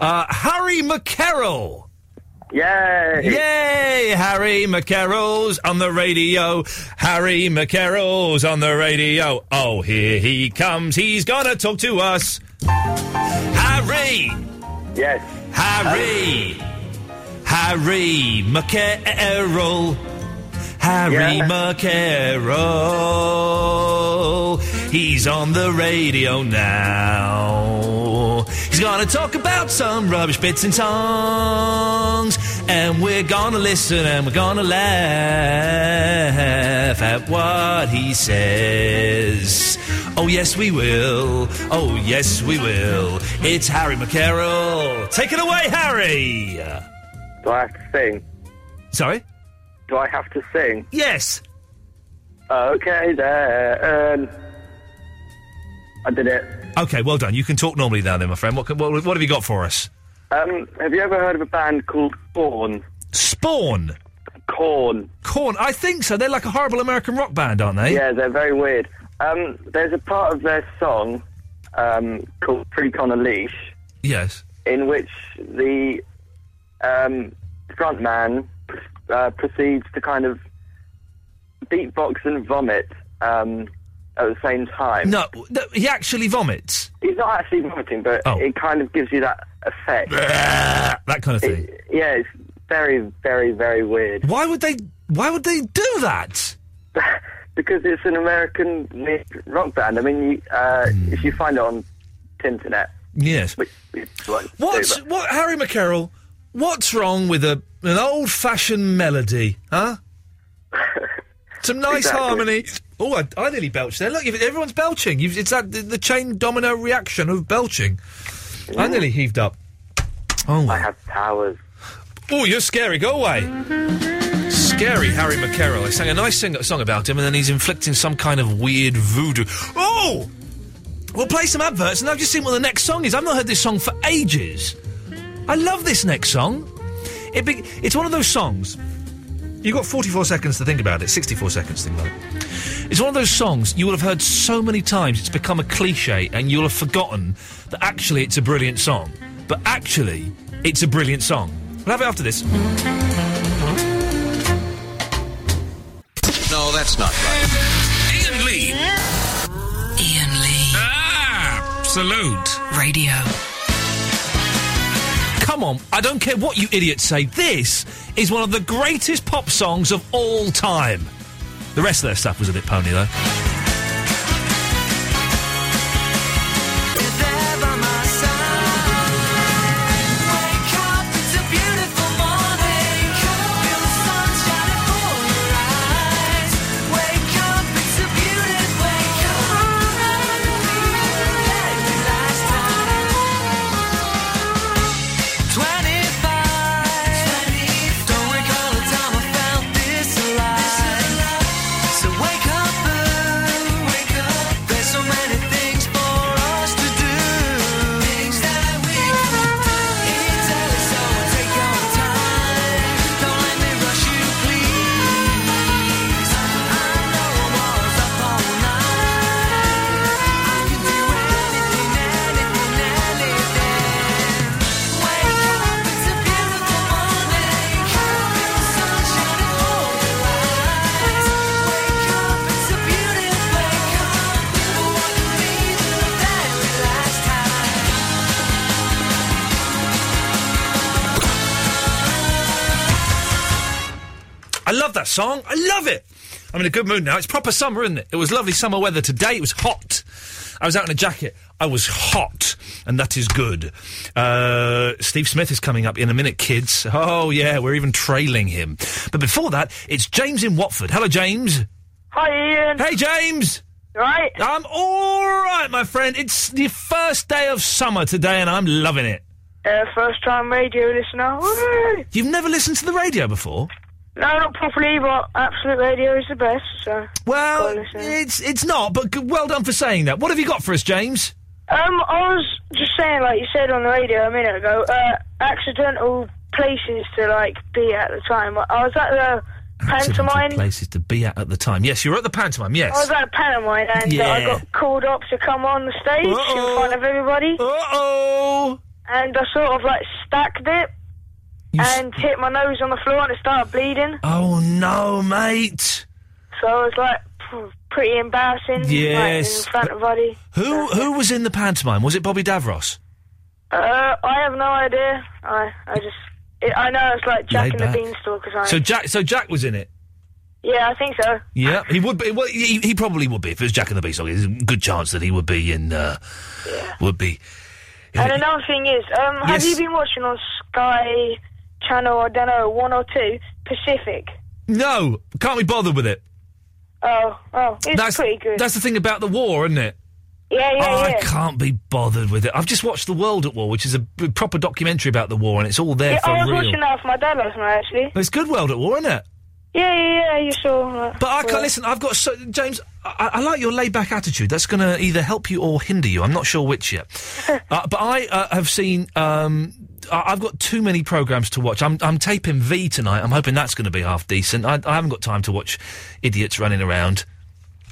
[SPEAKER 5] Uh, Harry McCarroll.
[SPEAKER 12] Yay!
[SPEAKER 5] Yay! Harry McCarroll's on the radio. Harry McCarroll's on the radio. Oh, here he comes. He's gonna talk to us. Harry!
[SPEAKER 12] Yes.
[SPEAKER 5] Harry! Harry McCarroll. Harry McCarroll. He's on the radio now. He's gonna talk about some rubbish bits and songs. And we're gonna listen and we're gonna laugh at what he says. Oh, yes, we will. Oh, yes, we will. It's Harry McCarroll. Take it away, Harry!
[SPEAKER 12] Do I have to sing?
[SPEAKER 5] Sorry?
[SPEAKER 12] Do I have to sing?
[SPEAKER 5] Yes.
[SPEAKER 12] Okay then. I did it.
[SPEAKER 5] Okay, well done. You can talk normally now, then, my friend. What, can, what, what have you got for us?
[SPEAKER 12] Um, have you ever heard of a band called Corn?
[SPEAKER 5] Spawn.
[SPEAKER 12] Corn.
[SPEAKER 5] Corn. I think so. They're like a eh? horrible American rock band, aren't they?
[SPEAKER 12] Yeah, they're very weird. Um, there's a part of their song um, called Freak on a Leash
[SPEAKER 5] Yes.
[SPEAKER 12] in which the um, front man uh, proceeds to kind of beatbox and vomit um, at the same time.
[SPEAKER 5] No, no, he actually vomits.
[SPEAKER 12] He's not actually vomiting, but
[SPEAKER 5] Oh.
[SPEAKER 12] it kind of gives you that effect.
[SPEAKER 5] yeah, That kind of thing.
[SPEAKER 12] it's very, very, very weird.
[SPEAKER 5] Why would they? Why would they do that?
[SPEAKER 12] because it's an American rock band. I mean, you, uh, if you find it on Tinternet,
[SPEAKER 5] Yes.
[SPEAKER 12] it's like
[SPEAKER 5] What's what, Harry McCarroll? What's wrong with a an old fashioned melody, huh? Some nice
[SPEAKER 12] Exactly.
[SPEAKER 5] harmony. Oh, I, I nearly belched there. Look, if everyone's belching. You've, it's that the, the chain domino reaction of belching. I nearly heaved up. Oh, I
[SPEAKER 12] have powers.
[SPEAKER 5] Oh, you're scary. Go away. Scary Harry McCarroll. I sang a nice sing- song about him, and then he's inflicting some kind of weird voodoo. Oh, we'll play some adverts, and I've just seen what the next song is. I've not heard this song for ages. I love this next song. It be- it's one of those songs. You've got 44 seconds to think about it. 64 seconds to think about it. It's one of those songs you will have heard so many times it's become a cliche and you'll have forgotten that actually it's a brilliant song. But actually, it's a brilliant song. We'll have it after this.
[SPEAKER 7] No, that's not right.
[SPEAKER 2] Ian Lee. Ian Lee. Ah, salute. Radio.
[SPEAKER 5] Come on, I don't care what you idiots say. This is one of the greatest pop songs of all time. The rest of their stuff was a bit pony, though.
[SPEAKER 3] Don't recall the time I felt
[SPEAKER 5] that song. I love it. I'm in a good mood now. It's proper summer, isn't it? It was lovely summer weather today. It was hot. I was out in a jacket. I was hot, and that is good. Uh, Steve Smith is coming up in a minute, kids. Oh, yeah, we're even trailing him. But before that, it's James in Watford. Hello, James.
[SPEAKER 20] Hi, Ian.
[SPEAKER 5] Hey, James.
[SPEAKER 20] Right?
[SPEAKER 5] I'm all right, my friend. It's the first day of summer today, and I'm loving it.
[SPEAKER 20] Uh, first time radio listener. Woo!
[SPEAKER 5] You've never listened to the radio before?
[SPEAKER 20] No, not properly, but Absolute Radio is the best, so.
[SPEAKER 5] Well,
[SPEAKER 20] gotta listen.
[SPEAKER 5] it's it's not, but g- well done for saying that. What have you got for us, James?
[SPEAKER 20] Um, I was just saying, like you said on the radio a minute ago, uh, accidental places to, like, be at the time. I was at the
[SPEAKER 5] Accidental
[SPEAKER 20] pantomime.
[SPEAKER 5] places to be at at the time. Yes, you're at the pantomime. Yes.
[SPEAKER 20] I was at a pantomime and uh, I
[SPEAKER 5] Yeah.
[SPEAKER 20] got called up to come on the stage in front of everybody.
[SPEAKER 5] Uh oh!
[SPEAKER 20] And I sort of like stacked it and hit my nose on the floor and it started bleeding.
[SPEAKER 5] Oh no, mate.
[SPEAKER 20] So I was like p- pretty embarrassing. like,
[SPEAKER 5] Yes.
[SPEAKER 20] in front of everybody.
[SPEAKER 5] Who who was in the pantomime? Was it Bobby Davros?
[SPEAKER 20] Uh, I have no idea. I, I just. It, I know it's like Jack
[SPEAKER 5] Laid
[SPEAKER 20] and
[SPEAKER 5] back.
[SPEAKER 20] the Beanstalk or something.
[SPEAKER 5] So Jack so Jack was in it.
[SPEAKER 20] yeah, I think so.
[SPEAKER 5] Yeah, he would be. Well, he, he probably would be if it was Jack and the Beanstalk. There's a good chance that he would be in. Uh, Would be.
[SPEAKER 20] And another thing is, um, have
[SPEAKER 5] Yes.
[SPEAKER 20] you been watching on Sky Channel, I don't know, 1 or 2, Pacific?
[SPEAKER 5] No, can't be bothered with it.
[SPEAKER 20] Oh, oh, it's
[SPEAKER 5] that's
[SPEAKER 20] pretty good.
[SPEAKER 5] That's the thing about the war, isn't it?
[SPEAKER 20] Yeah, yeah,
[SPEAKER 5] oh,
[SPEAKER 20] yeah.
[SPEAKER 5] I can't be bothered with it. I've just watched The World at War, which is a b- proper documentary about the war, and it's all there
[SPEAKER 20] yeah,
[SPEAKER 5] for
[SPEAKER 20] I was
[SPEAKER 5] real.
[SPEAKER 20] watching that with my dad last night, actually.
[SPEAKER 5] It's good World at War, isn't it?
[SPEAKER 20] Yeah, yeah, yeah, you saw. uh,
[SPEAKER 5] But I can't listen. I've got so James. I, I like your laid-back attitude. That's going to either help you or hinder you. I'm not sure which yet. uh, but I uh, have seen. Um, I, I've got too many programs to watch. I'm, I'm taping V tonight. I'm hoping that's going to be half decent. I, I haven't got time to watch idiots running around.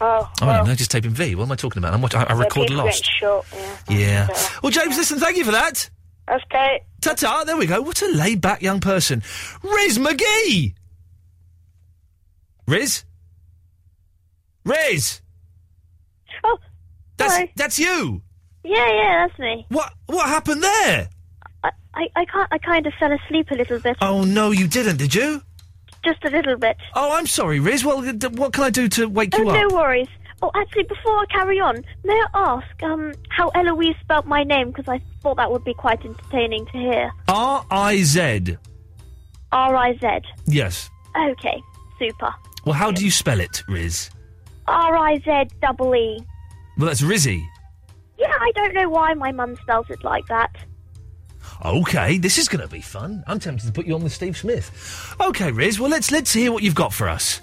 [SPEAKER 20] Oh,
[SPEAKER 5] Oh,
[SPEAKER 20] well,
[SPEAKER 5] no, just taping V. What am I talking about? I'm watching, I, I
[SPEAKER 20] yeah,
[SPEAKER 5] record
[SPEAKER 20] people get
[SPEAKER 5] Lost.
[SPEAKER 20] Shot, yeah.
[SPEAKER 5] Yeah. Well, James, listen, thank you for that.
[SPEAKER 20] Okay.
[SPEAKER 5] Ta ta, there we go. What a laid back young person. Riz McGee! Riz? Riz!
[SPEAKER 21] Oh,
[SPEAKER 5] that's, that's you!
[SPEAKER 21] Yeah, yeah, that's me.
[SPEAKER 5] What What happened there?
[SPEAKER 21] I, I can't. I kind of fell asleep a little bit,
[SPEAKER 5] Oh, no, you didn't, did you?
[SPEAKER 21] just a little bit.
[SPEAKER 5] Oh, I'm sorry, Riz. Well, th- th- what can I do to wake
[SPEAKER 21] Oh,
[SPEAKER 5] you
[SPEAKER 21] no
[SPEAKER 5] up?
[SPEAKER 21] worries. Oh, actually, before I carry on, may I ask um, how Eloise spelt my name? Because I thought that would be quite entertaining to hear.
[SPEAKER 5] R I Z.
[SPEAKER 21] R I Z.
[SPEAKER 5] Yes.
[SPEAKER 21] Okay, super.
[SPEAKER 5] Well, how do you spell it, Riz?
[SPEAKER 21] R I Z double E.
[SPEAKER 5] Well, that's Rizzy.
[SPEAKER 21] Yeah, I don't know why my mum spells it like that.
[SPEAKER 5] Okay, this is going to be fun. I'm tempted to put you on with Steve Smith. Okay, Riz. Well, let's let's hear what you've got for us.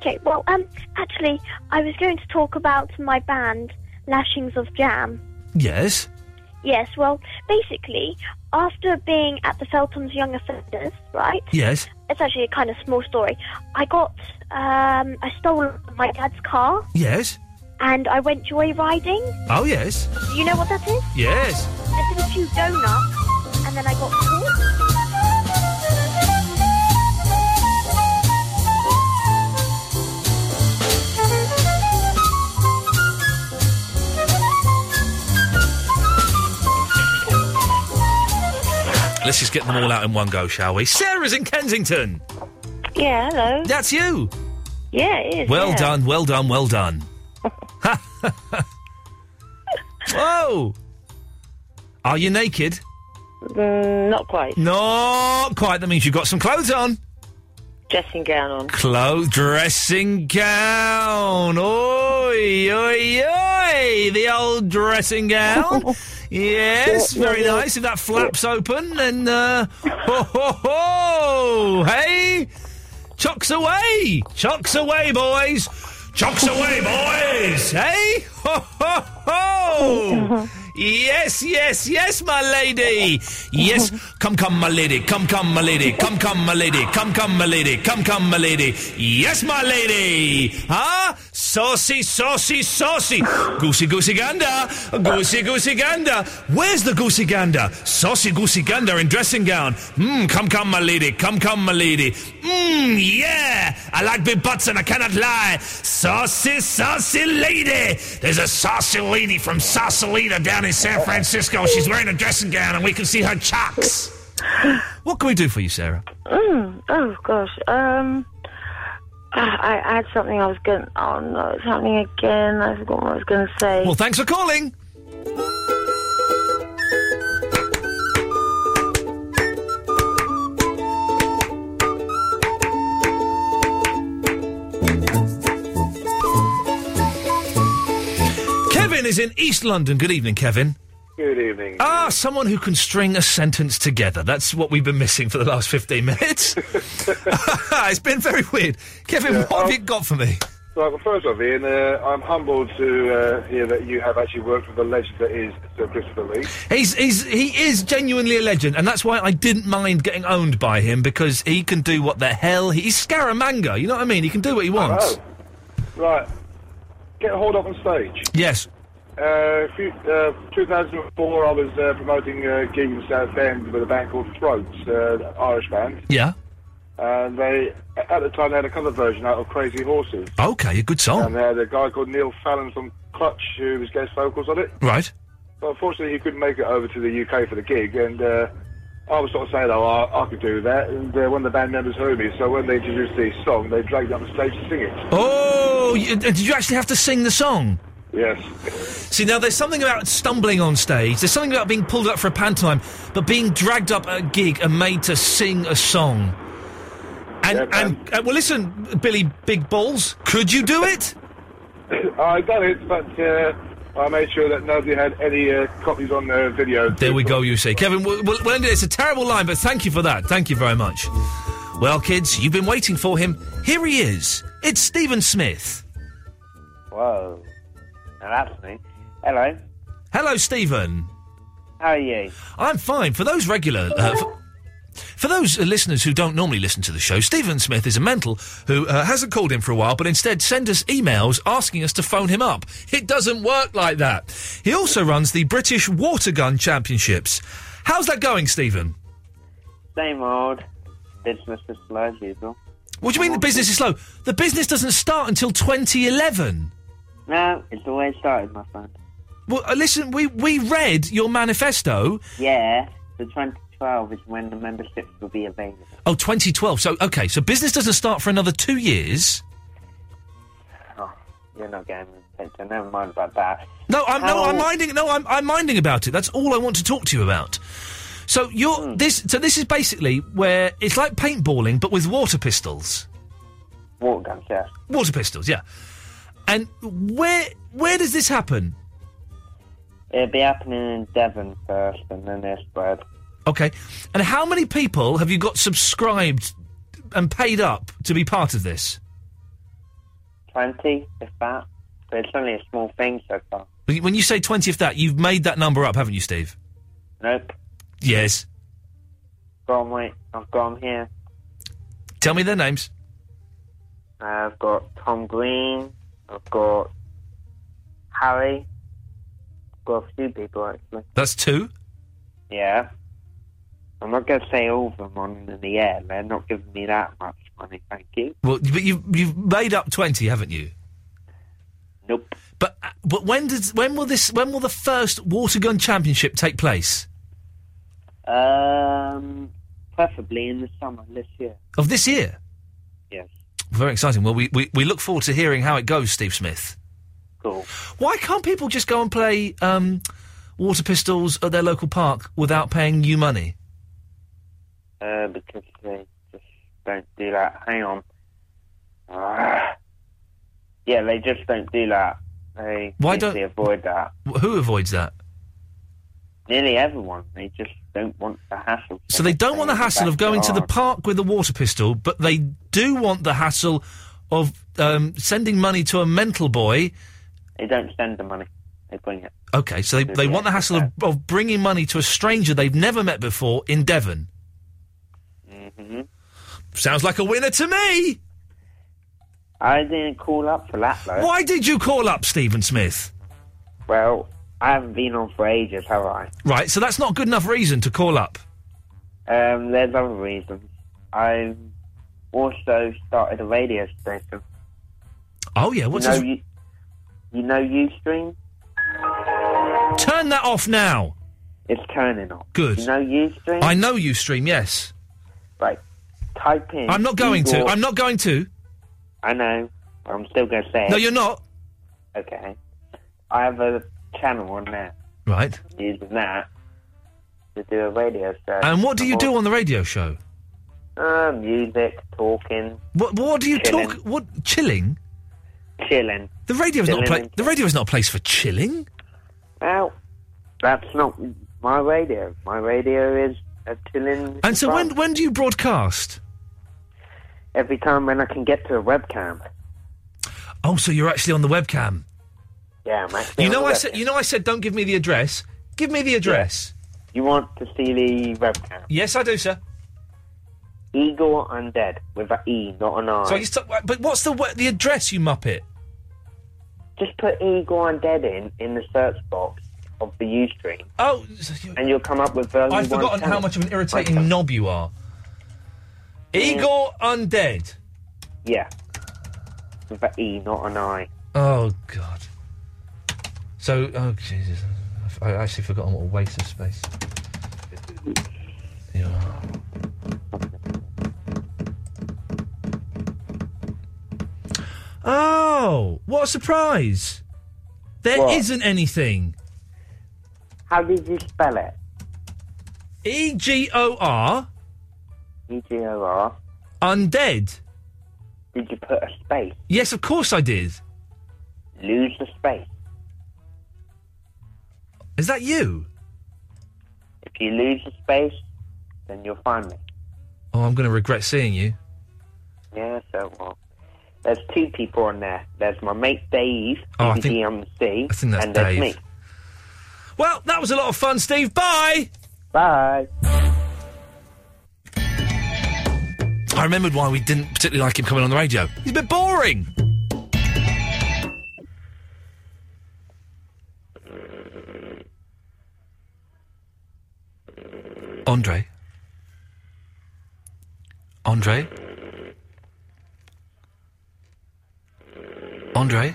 [SPEAKER 21] Okay, well, um, actually, I was going to talk about my band, Lashings of Jam.
[SPEAKER 5] Yes.
[SPEAKER 21] Yes, well, basically, after being at the Feltons Young Offenders, right?
[SPEAKER 5] Yes.
[SPEAKER 21] It's actually a kind of small story. I got, um, I stole my dad's car
[SPEAKER 5] Yes.
[SPEAKER 21] and I went joyriding.
[SPEAKER 5] Oh, yes.
[SPEAKER 21] You know what that is?
[SPEAKER 5] Yes.
[SPEAKER 21] I did a few donuts and then I got caught.
[SPEAKER 5] Let's just get them all out in one go, shall we? Sarah's in Kensington.
[SPEAKER 22] Yeah, hello.
[SPEAKER 5] That's you.
[SPEAKER 22] Yeah, it is.
[SPEAKER 5] Well
[SPEAKER 22] yeah.
[SPEAKER 5] done, well done, well done. Whoa! Are you naked?
[SPEAKER 22] Mm, not quite.
[SPEAKER 5] Not quite. That means you've got some clothes on.
[SPEAKER 22] Dressing gown on.
[SPEAKER 5] Clothes, dressing gown. Oi, oi, oi! The old dressing gown. yes, very nice. If that flaps open, then uh, ho, ho, ho! Hey, chocks away, chocks away, boys, chocks away, boys. Hey, ho, ho, ho! Yes, yes, yes, my lady. Yes, come, come, my lady. Come, come, my lady. Come, come, my lady. Come, come, my lady. Come, come, my lady. Yes, my lady. Huh? Saucy, saucy, saucy. Goosey, goosey, gander. Goosey, goosey, gander. Where's the goosey gander? Saucy, goosey, gander in dressing gown. Mmm, come, come, my lady. Come, come, my lady. Mmm, yeah. I like big butts and I cannot lie. Saucy, saucy lady. There's a saucy lady from Sausalita down in San Francisco. She's wearing a dressing gown and we can see her chocks. What can we do for you, Sarah?
[SPEAKER 22] Mm, oh gosh. Um,
[SPEAKER 16] I, I had something I was going. Oh no, it's happening again. I forgot what I was going to say.
[SPEAKER 5] Well, thanks for calling. Kevin is in East London. Good evening, Kevin.
[SPEAKER 1] Good evening.
[SPEAKER 5] Ah, someone who can string a sentence together. That's what we've been missing for the last 15 minutes. it's been very weird. Kevin,
[SPEAKER 1] Yeah, um,
[SPEAKER 5] what have you got for me?
[SPEAKER 1] Well, the first of Ian, uh, I'm humbled to uh, hear that you have actually worked with the legend that is Sir Christopher Lee.
[SPEAKER 5] He's, he's, he is genuinely a legend, and that's why I didn't mind getting owned by him because he can do what the hell. He, he's Scaramanga, you know what I mean? He can do what he wants.
[SPEAKER 1] Oh, Right, get a hold up on stage.
[SPEAKER 5] Yes.
[SPEAKER 1] Uh, few, uh, 2004, I was uh, promoting a gig in Southend with a band called Throats, uh, Irish band,
[SPEAKER 5] Yeah.
[SPEAKER 1] and they at the time they had a cover version out of Crazy Horses,
[SPEAKER 5] Okay, a good song.
[SPEAKER 1] and they had a guy called Neil Fallon from Clutch who was guest vocals on it.
[SPEAKER 5] right.
[SPEAKER 1] Well, unfortunately, he couldn't make it over to the UK for the gig, and uh, I was sort of saying, "Oh, I, I could do that." And uh, one of the band members heard me, so when they introduced the song, they dragged me up the stage to sing it.
[SPEAKER 5] Oh, you, uh, did you actually have to sing the song?
[SPEAKER 1] Yes,
[SPEAKER 5] See, now there's something about stumbling on stage. There's something about being pulled up for a pantomime, but being dragged up at a gig and made to sing a song. And, and uh, well, listen, Billy Big Balls, could you do it?
[SPEAKER 1] I done it, but uh, I made sure that nobody had any uh, copies on their video.
[SPEAKER 5] There we go, you see. Kevin, we'll, we'll we'll end it. It's a terrible line, but thank you for that. Thank you very much. Well, kids, you've been waiting for him. Here he is. It's Stephen Smith.
[SPEAKER 23] Whoa. Now that's me. Hello.
[SPEAKER 5] Hello, Stephen.
[SPEAKER 23] How are you?
[SPEAKER 5] I'm fine. For those regular. Uh, for, for those uh, listeners who don't normally listen to the show, Stephen Smith is a mental who uh, hasn't called in for a while, but instead send us emails asking us to phone him up. It doesn't work like that. He also runs the British Water Gun Championships. How's that going, Stephen?
[SPEAKER 23] Same old. Business is slow as usual.
[SPEAKER 5] What do you mean the business is slow? The business doesn't start until 2011.
[SPEAKER 23] No, it's always started, my friend.
[SPEAKER 5] Well, uh, listen, we, we read your manifesto.
[SPEAKER 23] Yeah, the 2012 is when the memberships will be available.
[SPEAKER 5] Oh, 2012. So, okay, so business doesn't start for another two years.
[SPEAKER 23] Oh, you're not getting me the picture. Never mind about that.
[SPEAKER 5] No, I'm no,
[SPEAKER 23] How-
[SPEAKER 5] I'm minding. No, I'm I'm minding about it. That's all I want to talk to you about. So you're
[SPEAKER 23] Hmm.
[SPEAKER 5] this. So this is basically where it's like paintballing, but with water pistols.
[SPEAKER 23] Water guns, yeah.
[SPEAKER 5] Water pistols, yeah. And where where does this happen?
[SPEAKER 23] It'll be happening in Devon first, and then they'll spread.
[SPEAKER 5] Okay. And how many people have you got subscribed and paid up to be part of this?
[SPEAKER 23] 20, if that. But it's only a small thing so far.
[SPEAKER 5] When you- when you say twenty of that, you've made that number up, haven't you, Steve?
[SPEAKER 23] Nope.
[SPEAKER 5] Yes.
[SPEAKER 23] Gone, wait. I've gone here.
[SPEAKER 5] Tell me their names.
[SPEAKER 23] I've got Tom Green. I've got Harry. I've got a few people actually.
[SPEAKER 5] That's two.
[SPEAKER 23] Yeah. I'm not going to say all of them on the air. They're not giving me that much money. Thank you.
[SPEAKER 5] Well, but you've you've made up twenty, haven't you?
[SPEAKER 23] Nope.
[SPEAKER 5] But uh, but when does when will this when will the first water gun championship take place
[SPEAKER 23] Um, preferably in the summer this year.
[SPEAKER 5] of this year?
[SPEAKER 23] Yes.
[SPEAKER 5] Very exciting. Well, we, we, we look forward to hearing how it goes, Steve Smith.
[SPEAKER 23] Cool.
[SPEAKER 5] Why can't people just go and play um, water pistols at their local park without paying you money?
[SPEAKER 23] Uh, because they just don't do that. Hang on. Ah. yeah, they just don't do that. They
[SPEAKER 5] Why
[SPEAKER 23] usually avoid that.
[SPEAKER 5] Wh- Who avoids that?
[SPEAKER 23] Nearly everyone. They just don't want the hassle.
[SPEAKER 5] So they don't want the hassle of going to the park with a water pistol, but they do want the hassle of um, sending money to a mental boy.
[SPEAKER 23] They don't send the money. They bring it.
[SPEAKER 5] Okay, so they, they want the hassle of, of bringing money to a stranger they've never met before in Devon.
[SPEAKER 23] Mm-hmm.
[SPEAKER 5] Sounds like a winner to me.
[SPEAKER 23] I didn't call up for that though.
[SPEAKER 5] Why did you call up Stephen Smith?
[SPEAKER 23] Well, I haven't been on for ages, have I?
[SPEAKER 5] Right, so that's not good enough reason to call up.
[SPEAKER 23] Um, there's other reasons. I've also started a radio station.
[SPEAKER 5] Oh yeah, what's
[SPEAKER 23] you know,
[SPEAKER 5] his...
[SPEAKER 23] you, you know UStream?
[SPEAKER 5] Turn that off now.
[SPEAKER 23] It's turning off.
[SPEAKER 5] Good.
[SPEAKER 23] You know UStream?
[SPEAKER 5] I know you stream. Yes,
[SPEAKER 23] Right. Type in.
[SPEAKER 5] I'm not going to.
[SPEAKER 23] Igor-
[SPEAKER 5] I'm not going to.
[SPEAKER 23] I know. I'm still going to say it.
[SPEAKER 5] No, you're not.
[SPEAKER 23] Okay. I have a channel on there.
[SPEAKER 5] Right.
[SPEAKER 23] Using that to do a radio show.
[SPEAKER 5] And what do you do on the radio show?
[SPEAKER 23] Uh, music, talking,
[SPEAKER 5] What What do you
[SPEAKER 23] Chilling.
[SPEAKER 5] talk? What chilling?
[SPEAKER 23] chilling.
[SPEAKER 5] The radio's not a
[SPEAKER 23] Chilling
[SPEAKER 5] pla- the radio's not a place for chilling.
[SPEAKER 23] Well, that's not my radio. My radio is a chilling.
[SPEAKER 5] And so
[SPEAKER 23] vibe.
[SPEAKER 5] when when do you broadcast?
[SPEAKER 23] Every time when I can get to a webcam.
[SPEAKER 5] Oh, so you're actually on the webcam.
[SPEAKER 23] Yeah, man.
[SPEAKER 5] you know I said you know I said don't give me the address. Give me the address.
[SPEAKER 23] You want to see the webcam?
[SPEAKER 5] Yes, I do, sir.
[SPEAKER 23] Eagle Undead with an E, not an I.
[SPEAKER 5] So you stop, but what's the we- the address you muppet?
[SPEAKER 23] just put Eagle Undead in in the search box of the UStream.
[SPEAKER 5] Oh,
[SPEAKER 23] and you'll come up with. only
[SPEAKER 5] I've
[SPEAKER 23] one
[SPEAKER 5] forgotten how
[SPEAKER 23] channel.
[SPEAKER 5] much of an irritating knob you are. Igor Undead.
[SPEAKER 23] Yeah. With an E, not an I.
[SPEAKER 5] Oh God. So oh Jesus, I've- I actually forgotten what a waste of space. You are. Oh, what a surprise! There
[SPEAKER 23] What?
[SPEAKER 5] not anything.
[SPEAKER 23] How did you spell it?
[SPEAKER 5] E G O R.
[SPEAKER 23] E G O R.
[SPEAKER 5] Undead.
[SPEAKER 23] Did you put a space?
[SPEAKER 5] Yes, of course I did.
[SPEAKER 23] Lose the space.
[SPEAKER 5] Is that you?
[SPEAKER 23] If you lose the space, then you'll find me.
[SPEAKER 5] Oh, I'm going to regret seeing you.
[SPEAKER 23] Yeah, so well. There's two people on there. There's my mate Dave,
[SPEAKER 5] Oh, I
[SPEAKER 23] DDMC,
[SPEAKER 5] think- I think that's
[SPEAKER 23] and there's
[SPEAKER 5] Dave.
[SPEAKER 23] me.
[SPEAKER 5] Well, that was a lot of fun, Steve. Bye.
[SPEAKER 23] Bye.
[SPEAKER 5] I remembered why we didn't particularly like him coming on the radio. He's a bit boring. Andre. Andre. Andre.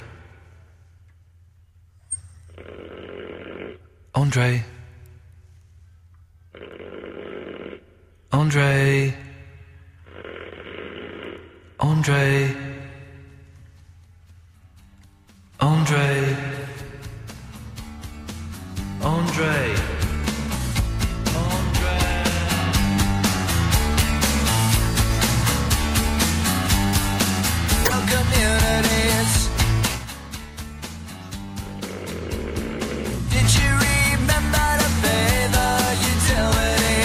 [SPEAKER 5] Andre. Andre. Andre. Andre. Andre.
[SPEAKER 3] communities. Did you remember to pay the utility?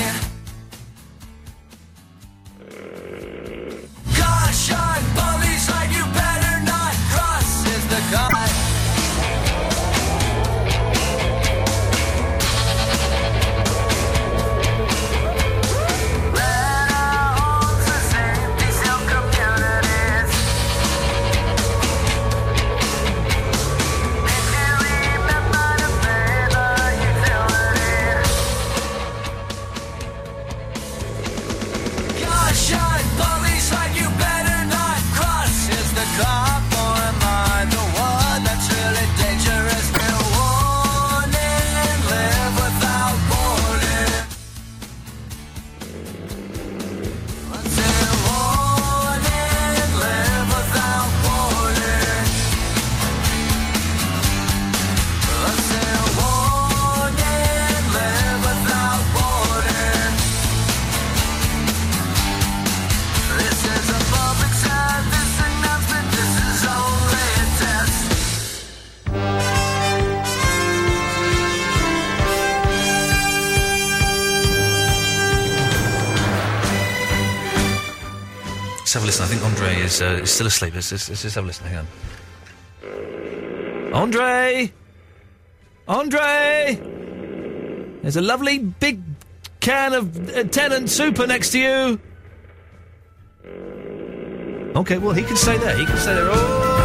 [SPEAKER 3] Caution, police light, you better not cross is the caution. Let our homes and safety seal communities. Caution, police light, you better not cross. Is the cop or am I the one that's really dangerous? No warning, live without warning. Until warning, live without warning. Until warning, live without warning. This is a public service announcement. This is only a test.
[SPEAKER 5] Let's have a listen. I think Andre is, uh, is still asleep. Let's, just- let's just have a listen. Hang on. Andre! Andre! There's a lovely big can of uh, Tennant Super next to you. Okay, well, he can stay there. He can stay there all he wants.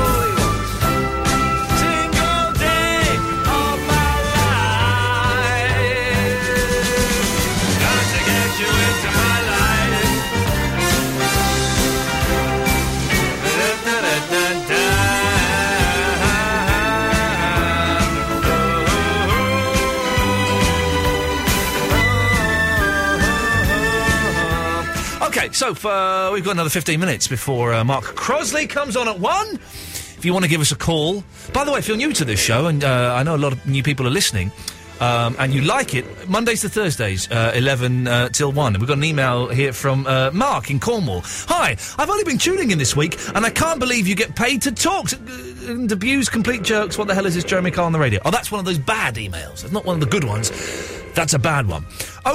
[SPEAKER 5] Single day of my life. Got to get you into my life. Okay, Right, so uh, we've got another 15 minutes before uh, Mark Crosley comes on at one. If you want to give us a call, by the way, if you're new to this show, and uh, I know a lot of new people are listening, um, and you like it, Mondays to Thursdays, uh, 11 uh, till 1. We've got an email here from uh, Mark in Cornwall. Hi, I've only been tuning in this week, and I can't believe you get paid to talk to, and abuse complete jerks. What the hell is this Jeremy Carr on the radio? Oh, that's one of those bad emails. That's not one of the good ones. That's a bad one.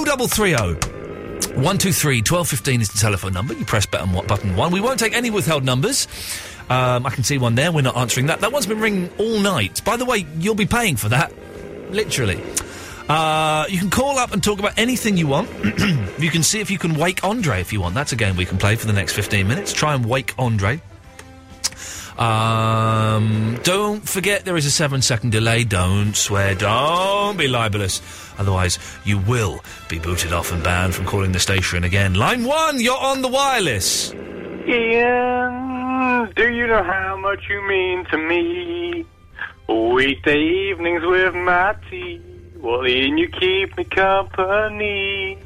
[SPEAKER 5] 0330. 123 1215 is the telephone number. You press button, one- button one. We won't take any withheld numbers. Um, I can see one there. We're not answering that. That one's been ringing all night. By the way, you'll be paying for that. Literally. Uh, you can call up and talk about anything you want. you can see if you can wake Andre if you want. That's a game we can play for the next 15 minutes. Try and wake Andre. Um, don't forget there is a seven second delay. Don't swear. Don't be libelous. Otherwise, you will be booted off and banned from calling the station again. Line one, you're on the wireless.
[SPEAKER 7] Ian, do you know how much you mean to me? Weekday evenings with Matty. Well, Ian, you keep me company.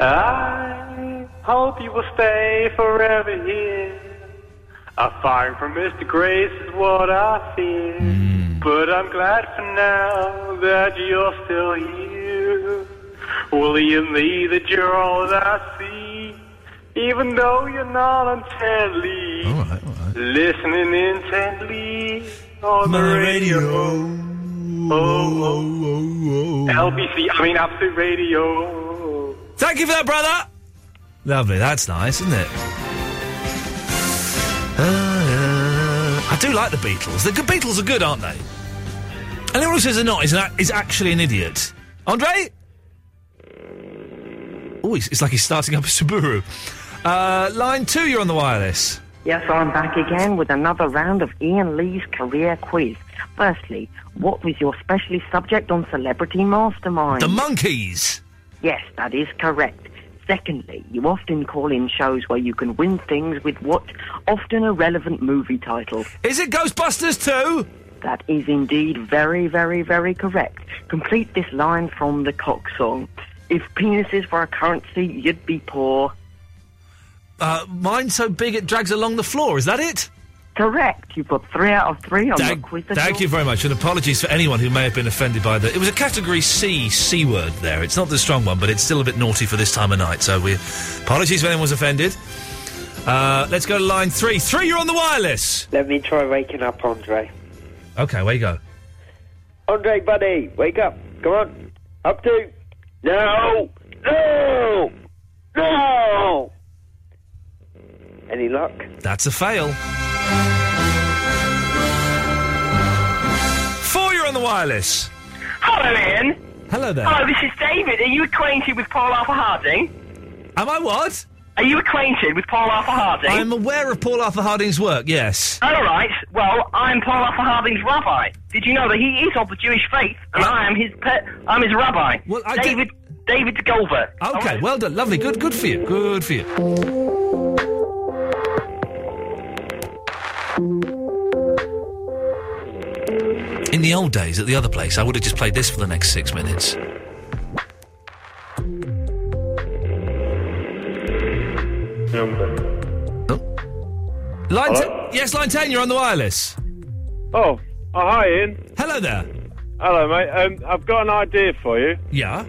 [SPEAKER 7] I hope you will stay forever here. A firing from Mr. Grace is what I fear.
[SPEAKER 5] Hmm.
[SPEAKER 7] But I'm glad for now that you're still here. Well, Ian Lee, that you're all that I see. Even though you're not intently listening intently on the radio. Oh, oh, oh, LBC, I mean Absolute Radio.
[SPEAKER 5] Thank you for that, brother. Lovely. That's nice, isn't it? Uh, I do like the Beatles. The good Beatles are good, aren't they? Anyone who says they're not is, an, is actually an idiot. Andre? Oh, it's, it's like he's starting up a Subaru. Uh, line two, you're on the wireless.
[SPEAKER 22] Yes, I'm back again with another round of Ian Lee's career quiz. Firstly, what was your specialist subject on Celebrity Mastermind?
[SPEAKER 5] The monkeys.
[SPEAKER 22] Yes, that is correct. Secondly, you often call in shows where you can win things with what often a relevant movie title.
[SPEAKER 5] Is it Ghostbusters 2?
[SPEAKER 22] That is indeed very, very, very correct. Complete this line from the Cock song. If penises were a currency, you'd be poor.
[SPEAKER 5] Uh, mine's so big it drags along the floor. Is that it?
[SPEAKER 22] Correct. You've got three out of three on
[SPEAKER 5] Thank,
[SPEAKER 22] the quiz.
[SPEAKER 5] thank you very much, and apologies for anyone who may have been offended by the. It was a category C C word there. It's not the strong one, but it's still a bit naughty for this time of night. So we apologies if anyone's offended. Uh, let's go to line three. Three, you're on the wireless.
[SPEAKER 23] Let me try waking up Andre.
[SPEAKER 5] Okay, where you go?
[SPEAKER 23] Andre, buddy, wake up. Come on. Up to. No! No! No! Any luck?
[SPEAKER 5] That's a fail. Four, you're on the wireless.
[SPEAKER 3] Hello, Ian.
[SPEAKER 5] Hello there.
[SPEAKER 3] Hello, this is David. Are you acquainted with Paul Arthur Harding?
[SPEAKER 5] Am I what?
[SPEAKER 3] Are you acquainted with Paul Arthur Harding?
[SPEAKER 5] I'm aware of Paul Arthur Harding's work. Yes.
[SPEAKER 3] All right. Well, I'm Paul Arthur Harding's rabbi. Did you know that he is of the Jewish faith, and I am his pet? I'm his rabbi.
[SPEAKER 5] Well, I
[SPEAKER 3] David David Golver.
[SPEAKER 5] Okay, well done. Lovely. Good. Good for you. Good for you. In the old days, at the other place, I would have just played this for the next six minutes. Oh. Line
[SPEAKER 24] Hello?
[SPEAKER 5] t- yes, line ten. You're on the wireless.
[SPEAKER 24] Oh, oh, hi Ian.
[SPEAKER 5] Hello there.
[SPEAKER 24] Hello, mate. Um, I've got an idea for you.
[SPEAKER 5] Yeah.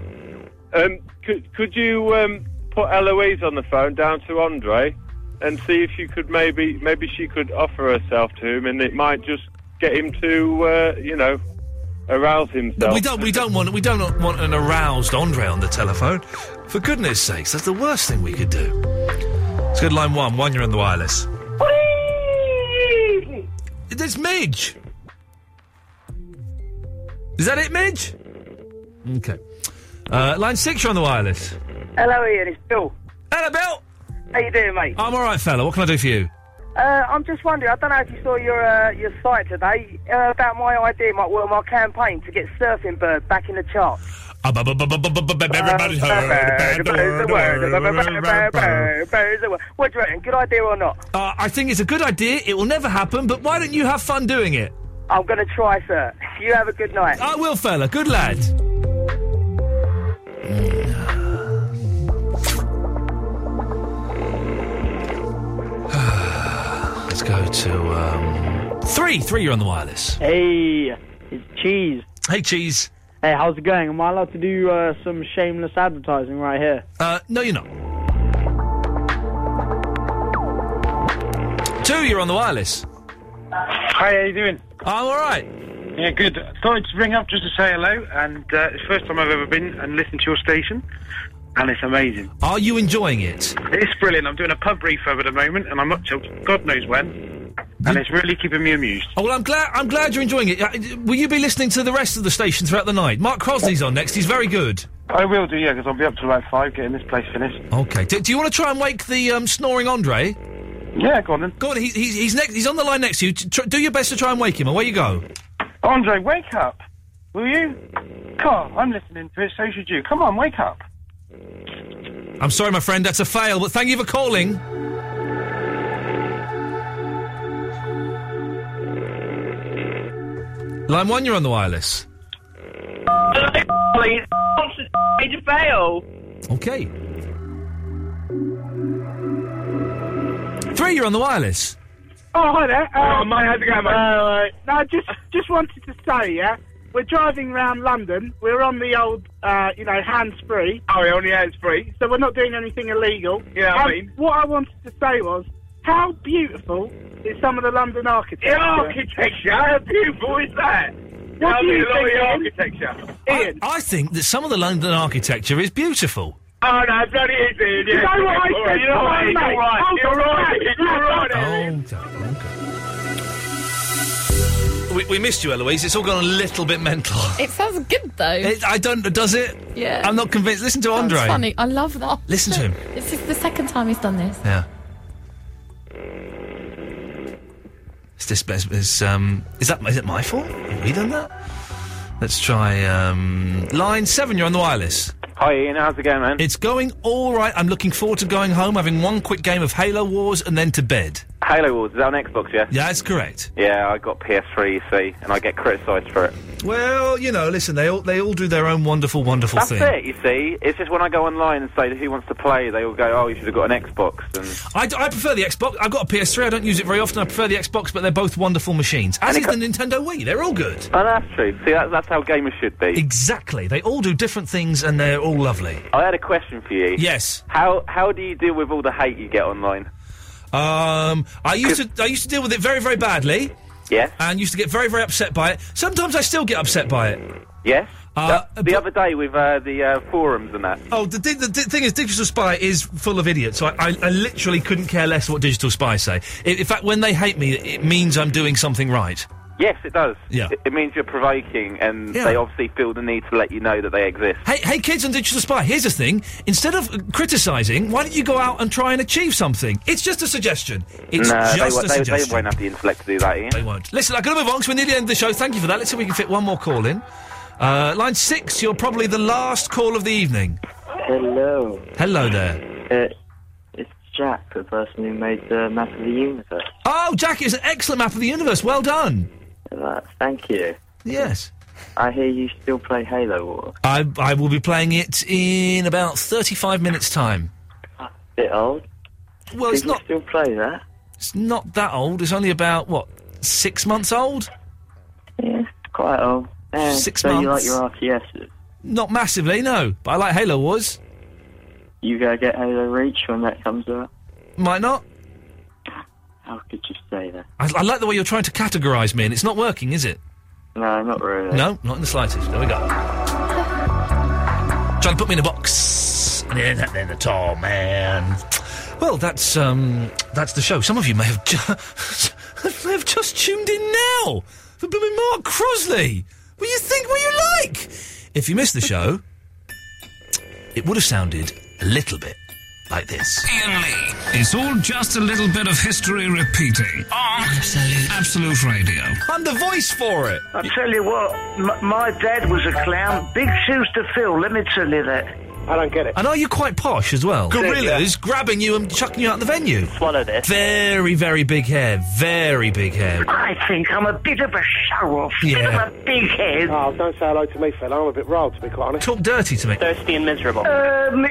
[SPEAKER 24] Um, could could you um, put Eloise on the phone down to Andre and see if you could maybe maybe she could offer herself to him and it might just get him to uh, you know arouse himself.
[SPEAKER 5] No, we don't. We don't want. We don't want an aroused Andre on the telephone. For goodness sakes, that's the worst thing we could do. It's good line one. One, you're on the wireless. It's Midge. Is that it, Midge? Okay. Uh, line six, you're on the wireless.
[SPEAKER 10] Hello, Ian. It's Bill.
[SPEAKER 5] Hello, Bill.
[SPEAKER 10] How you doing, mate?
[SPEAKER 5] I'm all right, fella. What can I do for you?
[SPEAKER 10] Uh, I'm just wondering. I don't know if you saw your uh, your site today uh, about my idea, my well, my campaign to get Surfing Bird back in the charts.
[SPEAKER 5] Everybody
[SPEAKER 10] What do you reckon? Good idea or not?
[SPEAKER 5] Uh, I think it's a good idea. It will never happen, but why don't you have fun doing it?
[SPEAKER 10] I'm going to try, sir. You have a good night.
[SPEAKER 5] I Ah, will, fella. Good lad. go to um, three. Three, you're on the wireless.
[SPEAKER 17] Hey, it's Cheese.
[SPEAKER 5] Hey, Cheese.
[SPEAKER 17] Hey, how's it going? Am I allowed to do uh, some shameless advertising right here?
[SPEAKER 5] Uh, no, you're not. Two, you're on the wireless.
[SPEAKER 6] Hi, how you doing?
[SPEAKER 5] I'm all right.
[SPEAKER 6] Yeah, good. Thought I'd just ring up just to say hello, and uh, it's the first time I've ever been and listened to your station, and it's amazing.
[SPEAKER 5] Are you enjoying it?
[SPEAKER 6] It's brilliant. I'm doing a pub refurb at the moment, and I'm up till God knows when, and it's really keeping me amused.
[SPEAKER 5] Oh well, I'm glad. I'm glad you're enjoying it. Uh, Will you be listening to the rest of the station throughout the night? Mark Crosley's on next. He's very good.
[SPEAKER 6] I will do, yeah, because I'll be up till about five getting this place finished.
[SPEAKER 5] Okay. Do, do you want to try and wake the um, snoring Andre?
[SPEAKER 6] Yeah, go on then.
[SPEAKER 5] Go on. He, he's he's next. He's on the line next to you. T- Tr- do your best to try and wake him. Away you go.
[SPEAKER 6] Andre, wake up, will you? Come on, I'm listening to it. So should you. Come on, wake up.
[SPEAKER 5] I'm sorry, my friend. That's a fail. But thank you for calling. Line one, you're on the wireless.
[SPEAKER 25] Please, to fail.
[SPEAKER 5] Okay. Three, you're on the wireless.
[SPEAKER 26] Oh, hi there. uh,
[SPEAKER 5] Oh, mate, how's it going, mate? Alright.
[SPEAKER 26] No, just just wanted to say, yeah, we're driving round London. We're on the old, uh, you know, hands free. Oh, we're on the hands free. So we're not doing anything illegal. Yeah, I Um, mean- What I wanted to say was, how beautiful is some of the London architecture? The architecture? How beautiful is that? What I do mean, you a lot of think, the Ian? architecture.
[SPEAKER 5] Ian. I, I think that some of the London architecture is beautiful.
[SPEAKER 26] Oh, no, bloody is Ian. You yeah. know what I All right, said? you know what, Come on, Ian, mate. you're right. Hold You're on, right, relax, Ian, you're relax. right.
[SPEAKER 5] We, we missed you, Eloise. It's all gone a little bit mental.
[SPEAKER 4] It sounds good though.
[SPEAKER 5] It, I don't. Does it?
[SPEAKER 4] Yeah.
[SPEAKER 5] I'm not convinced. Listen to
[SPEAKER 4] That's
[SPEAKER 5] Andre.
[SPEAKER 4] funny. I love that.
[SPEAKER 5] Listen to him.
[SPEAKER 4] This is the second time he's done this.
[SPEAKER 5] Yeah. Is this is, is, um is that is it my fault? Have we done that? Let's try um line seven. You're on the wireless.
[SPEAKER 26] Hi, Ian. How's it going, man?
[SPEAKER 5] It's going all right. I'm looking forward to going home, having one quick game of Halo Wars, and then to bed.
[SPEAKER 26] Halo Wars is that on Xbox, yeah?
[SPEAKER 5] Yeah, that's correct.
[SPEAKER 26] Yeah, I got PS3, you see, and I get criticised for it.
[SPEAKER 5] Well, you know, listen, they all they all do their own wonderful, wonderful
[SPEAKER 26] That's
[SPEAKER 5] thing.
[SPEAKER 26] it, you see. It's just when I go online and say who wants to play, they all go, "Oh, you should have got an Xbox." And
[SPEAKER 5] I, d- I prefer the Xbox. I've got a PS3. I don't use it very often. I prefer the Xbox, but they're both wonderful machines. As is the Nintendo Wii. They're all good.
[SPEAKER 26] oh, that's true. See, that, that's how gamers should be.
[SPEAKER 5] Exactly. They all do different things, and they're all lovely.
[SPEAKER 26] I had a question for you.
[SPEAKER 5] Yes.
[SPEAKER 26] How how do you deal with all the hate you get online?
[SPEAKER 5] Um, I used to I used to deal with it very very badly.
[SPEAKER 26] Yes.
[SPEAKER 5] And used to get very very upset by it. Sometimes I still get upset by it.
[SPEAKER 26] Yes.
[SPEAKER 5] Uh,
[SPEAKER 26] the other day with uh, the uh, forums and that.
[SPEAKER 5] Oh, the, di- the, di- thing is, Digital Spy is full of idiots. So I, I, I literally couldn't care less what Digital Spy say. I in fact, when they hate me, it means I'm doing something right.
[SPEAKER 26] Yes, it does.
[SPEAKER 5] Yeah.
[SPEAKER 26] It, it means you're provoking, and
[SPEAKER 5] Yeah.
[SPEAKER 26] they obviously feel the need to let you know that they exist.
[SPEAKER 5] Hey, hey, kids on Digital Spy, here's the thing. Instead of uh, criticising, why don't you go out and try and achieve something? It's just a suggestion. It's
[SPEAKER 26] no, they
[SPEAKER 5] just
[SPEAKER 26] won't-
[SPEAKER 5] a
[SPEAKER 26] they, they,
[SPEAKER 5] suggestion.
[SPEAKER 26] won't have the intellect to do that, Ian. They
[SPEAKER 5] won't. Listen, I've got to move on because we're near the end of the show. Thank you for that. Let's see if we can fit one more call in. Uh, line six, you're probably the last call of the evening.
[SPEAKER 23] Hello.
[SPEAKER 5] Hello there.
[SPEAKER 23] Uh, it's Jack, the person who made the map of the universe.
[SPEAKER 5] Oh, Jack, it's an excellent map of the universe. Well done.
[SPEAKER 23] Uh, thank you.
[SPEAKER 5] Yes.
[SPEAKER 23] I hear you still play Halo Wars.
[SPEAKER 5] I, I will be playing it in about 35 minutes' time.
[SPEAKER 23] Bit old.
[SPEAKER 5] Well, it's
[SPEAKER 23] People
[SPEAKER 5] not-
[SPEAKER 23] still play that.
[SPEAKER 5] It's not that old. It's only about, what, six months old?
[SPEAKER 23] Quite old. Uh,
[SPEAKER 5] Six
[SPEAKER 23] so
[SPEAKER 5] months.
[SPEAKER 23] you like your RTSs?
[SPEAKER 5] Not massively, no. But I like Halo Wars.
[SPEAKER 23] You gonna get Halo Reach when that comes out?
[SPEAKER 5] Might not.
[SPEAKER 23] How could you say that?
[SPEAKER 5] I, I like the way you're trying to categorise me, and it's not working, is it?
[SPEAKER 23] No, not really.
[SPEAKER 5] No, not in the slightest. There we go. Trying to put me in a box. And then that then the tall man. Well, that's um, that's the show. Some of you may have ju- may have just tuned in now for blooming Mark Crosley. Will you think what you like? If you missed the show, it would have sounded a little bit like this.
[SPEAKER 3] Ian Lee. It's all just a little bit of history repeating on Absolute, Absolute Radio.
[SPEAKER 5] I'm the voice for it.
[SPEAKER 10] I tell you what, m- my dad was a clown. Big shoes to fill, let me tell you that. I don't get it.
[SPEAKER 5] And are you quite posh as well?
[SPEAKER 10] Yeah,
[SPEAKER 5] Gorillas grabbing you and chucking you out the venue. Swallow this. Very, very big hair. Very big hair.
[SPEAKER 10] I think I'm a bit of a show off. Bit
[SPEAKER 5] Yeah.
[SPEAKER 10] of a big head. Oh, don't say hello to me, fella. I'm a bit riled, to be quite honest.
[SPEAKER 5] Talk dirty to me.
[SPEAKER 10] Thirsty and miserable. Um,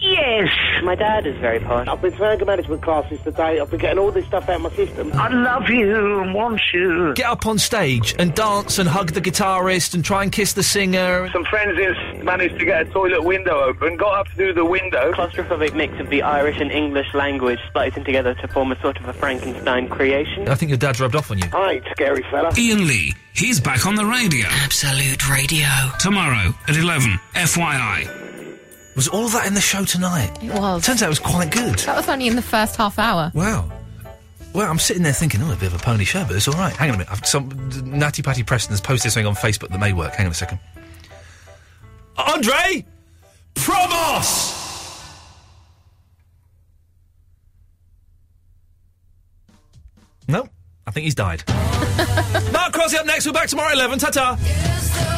[SPEAKER 27] Yes.
[SPEAKER 11] My dad is very posh. I've been to anger management classes today. I've been getting all this stuff out of my system.
[SPEAKER 27] I love you and want you.
[SPEAKER 5] Get up on stage and dance and hug the guitarist and try and kiss the singer.
[SPEAKER 9] Some friends in managed to get a toilet window open, got up through the window.
[SPEAKER 11] Claustrophobic mix of the Irish and English language splicing together to form a sort of a Frankenstein creation.
[SPEAKER 5] I think your dad's rubbed off on you.
[SPEAKER 11] Hi, scary fella.
[SPEAKER 3] Ian Lee, he's back on the radio.
[SPEAKER 11] Absolute radio.
[SPEAKER 3] Tomorrow at 11, FYI.
[SPEAKER 5] Was all that in the show tonight?
[SPEAKER 4] It was. Oh.
[SPEAKER 5] Turns out it was quite good.
[SPEAKER 4] That was only in the first half hour.
[SPEAKER 5] Wow. Well, I'm sitting there thinking, oh, a bit of a pony show, but it's all right. Hang on a minute. I've, some Natty Patty Preston's posted something on Facebook that may work. Hang on a second. Andre Promos! No, I think he's died. Mark Crosby up next. We're back tomorrow at 11. Ta ta.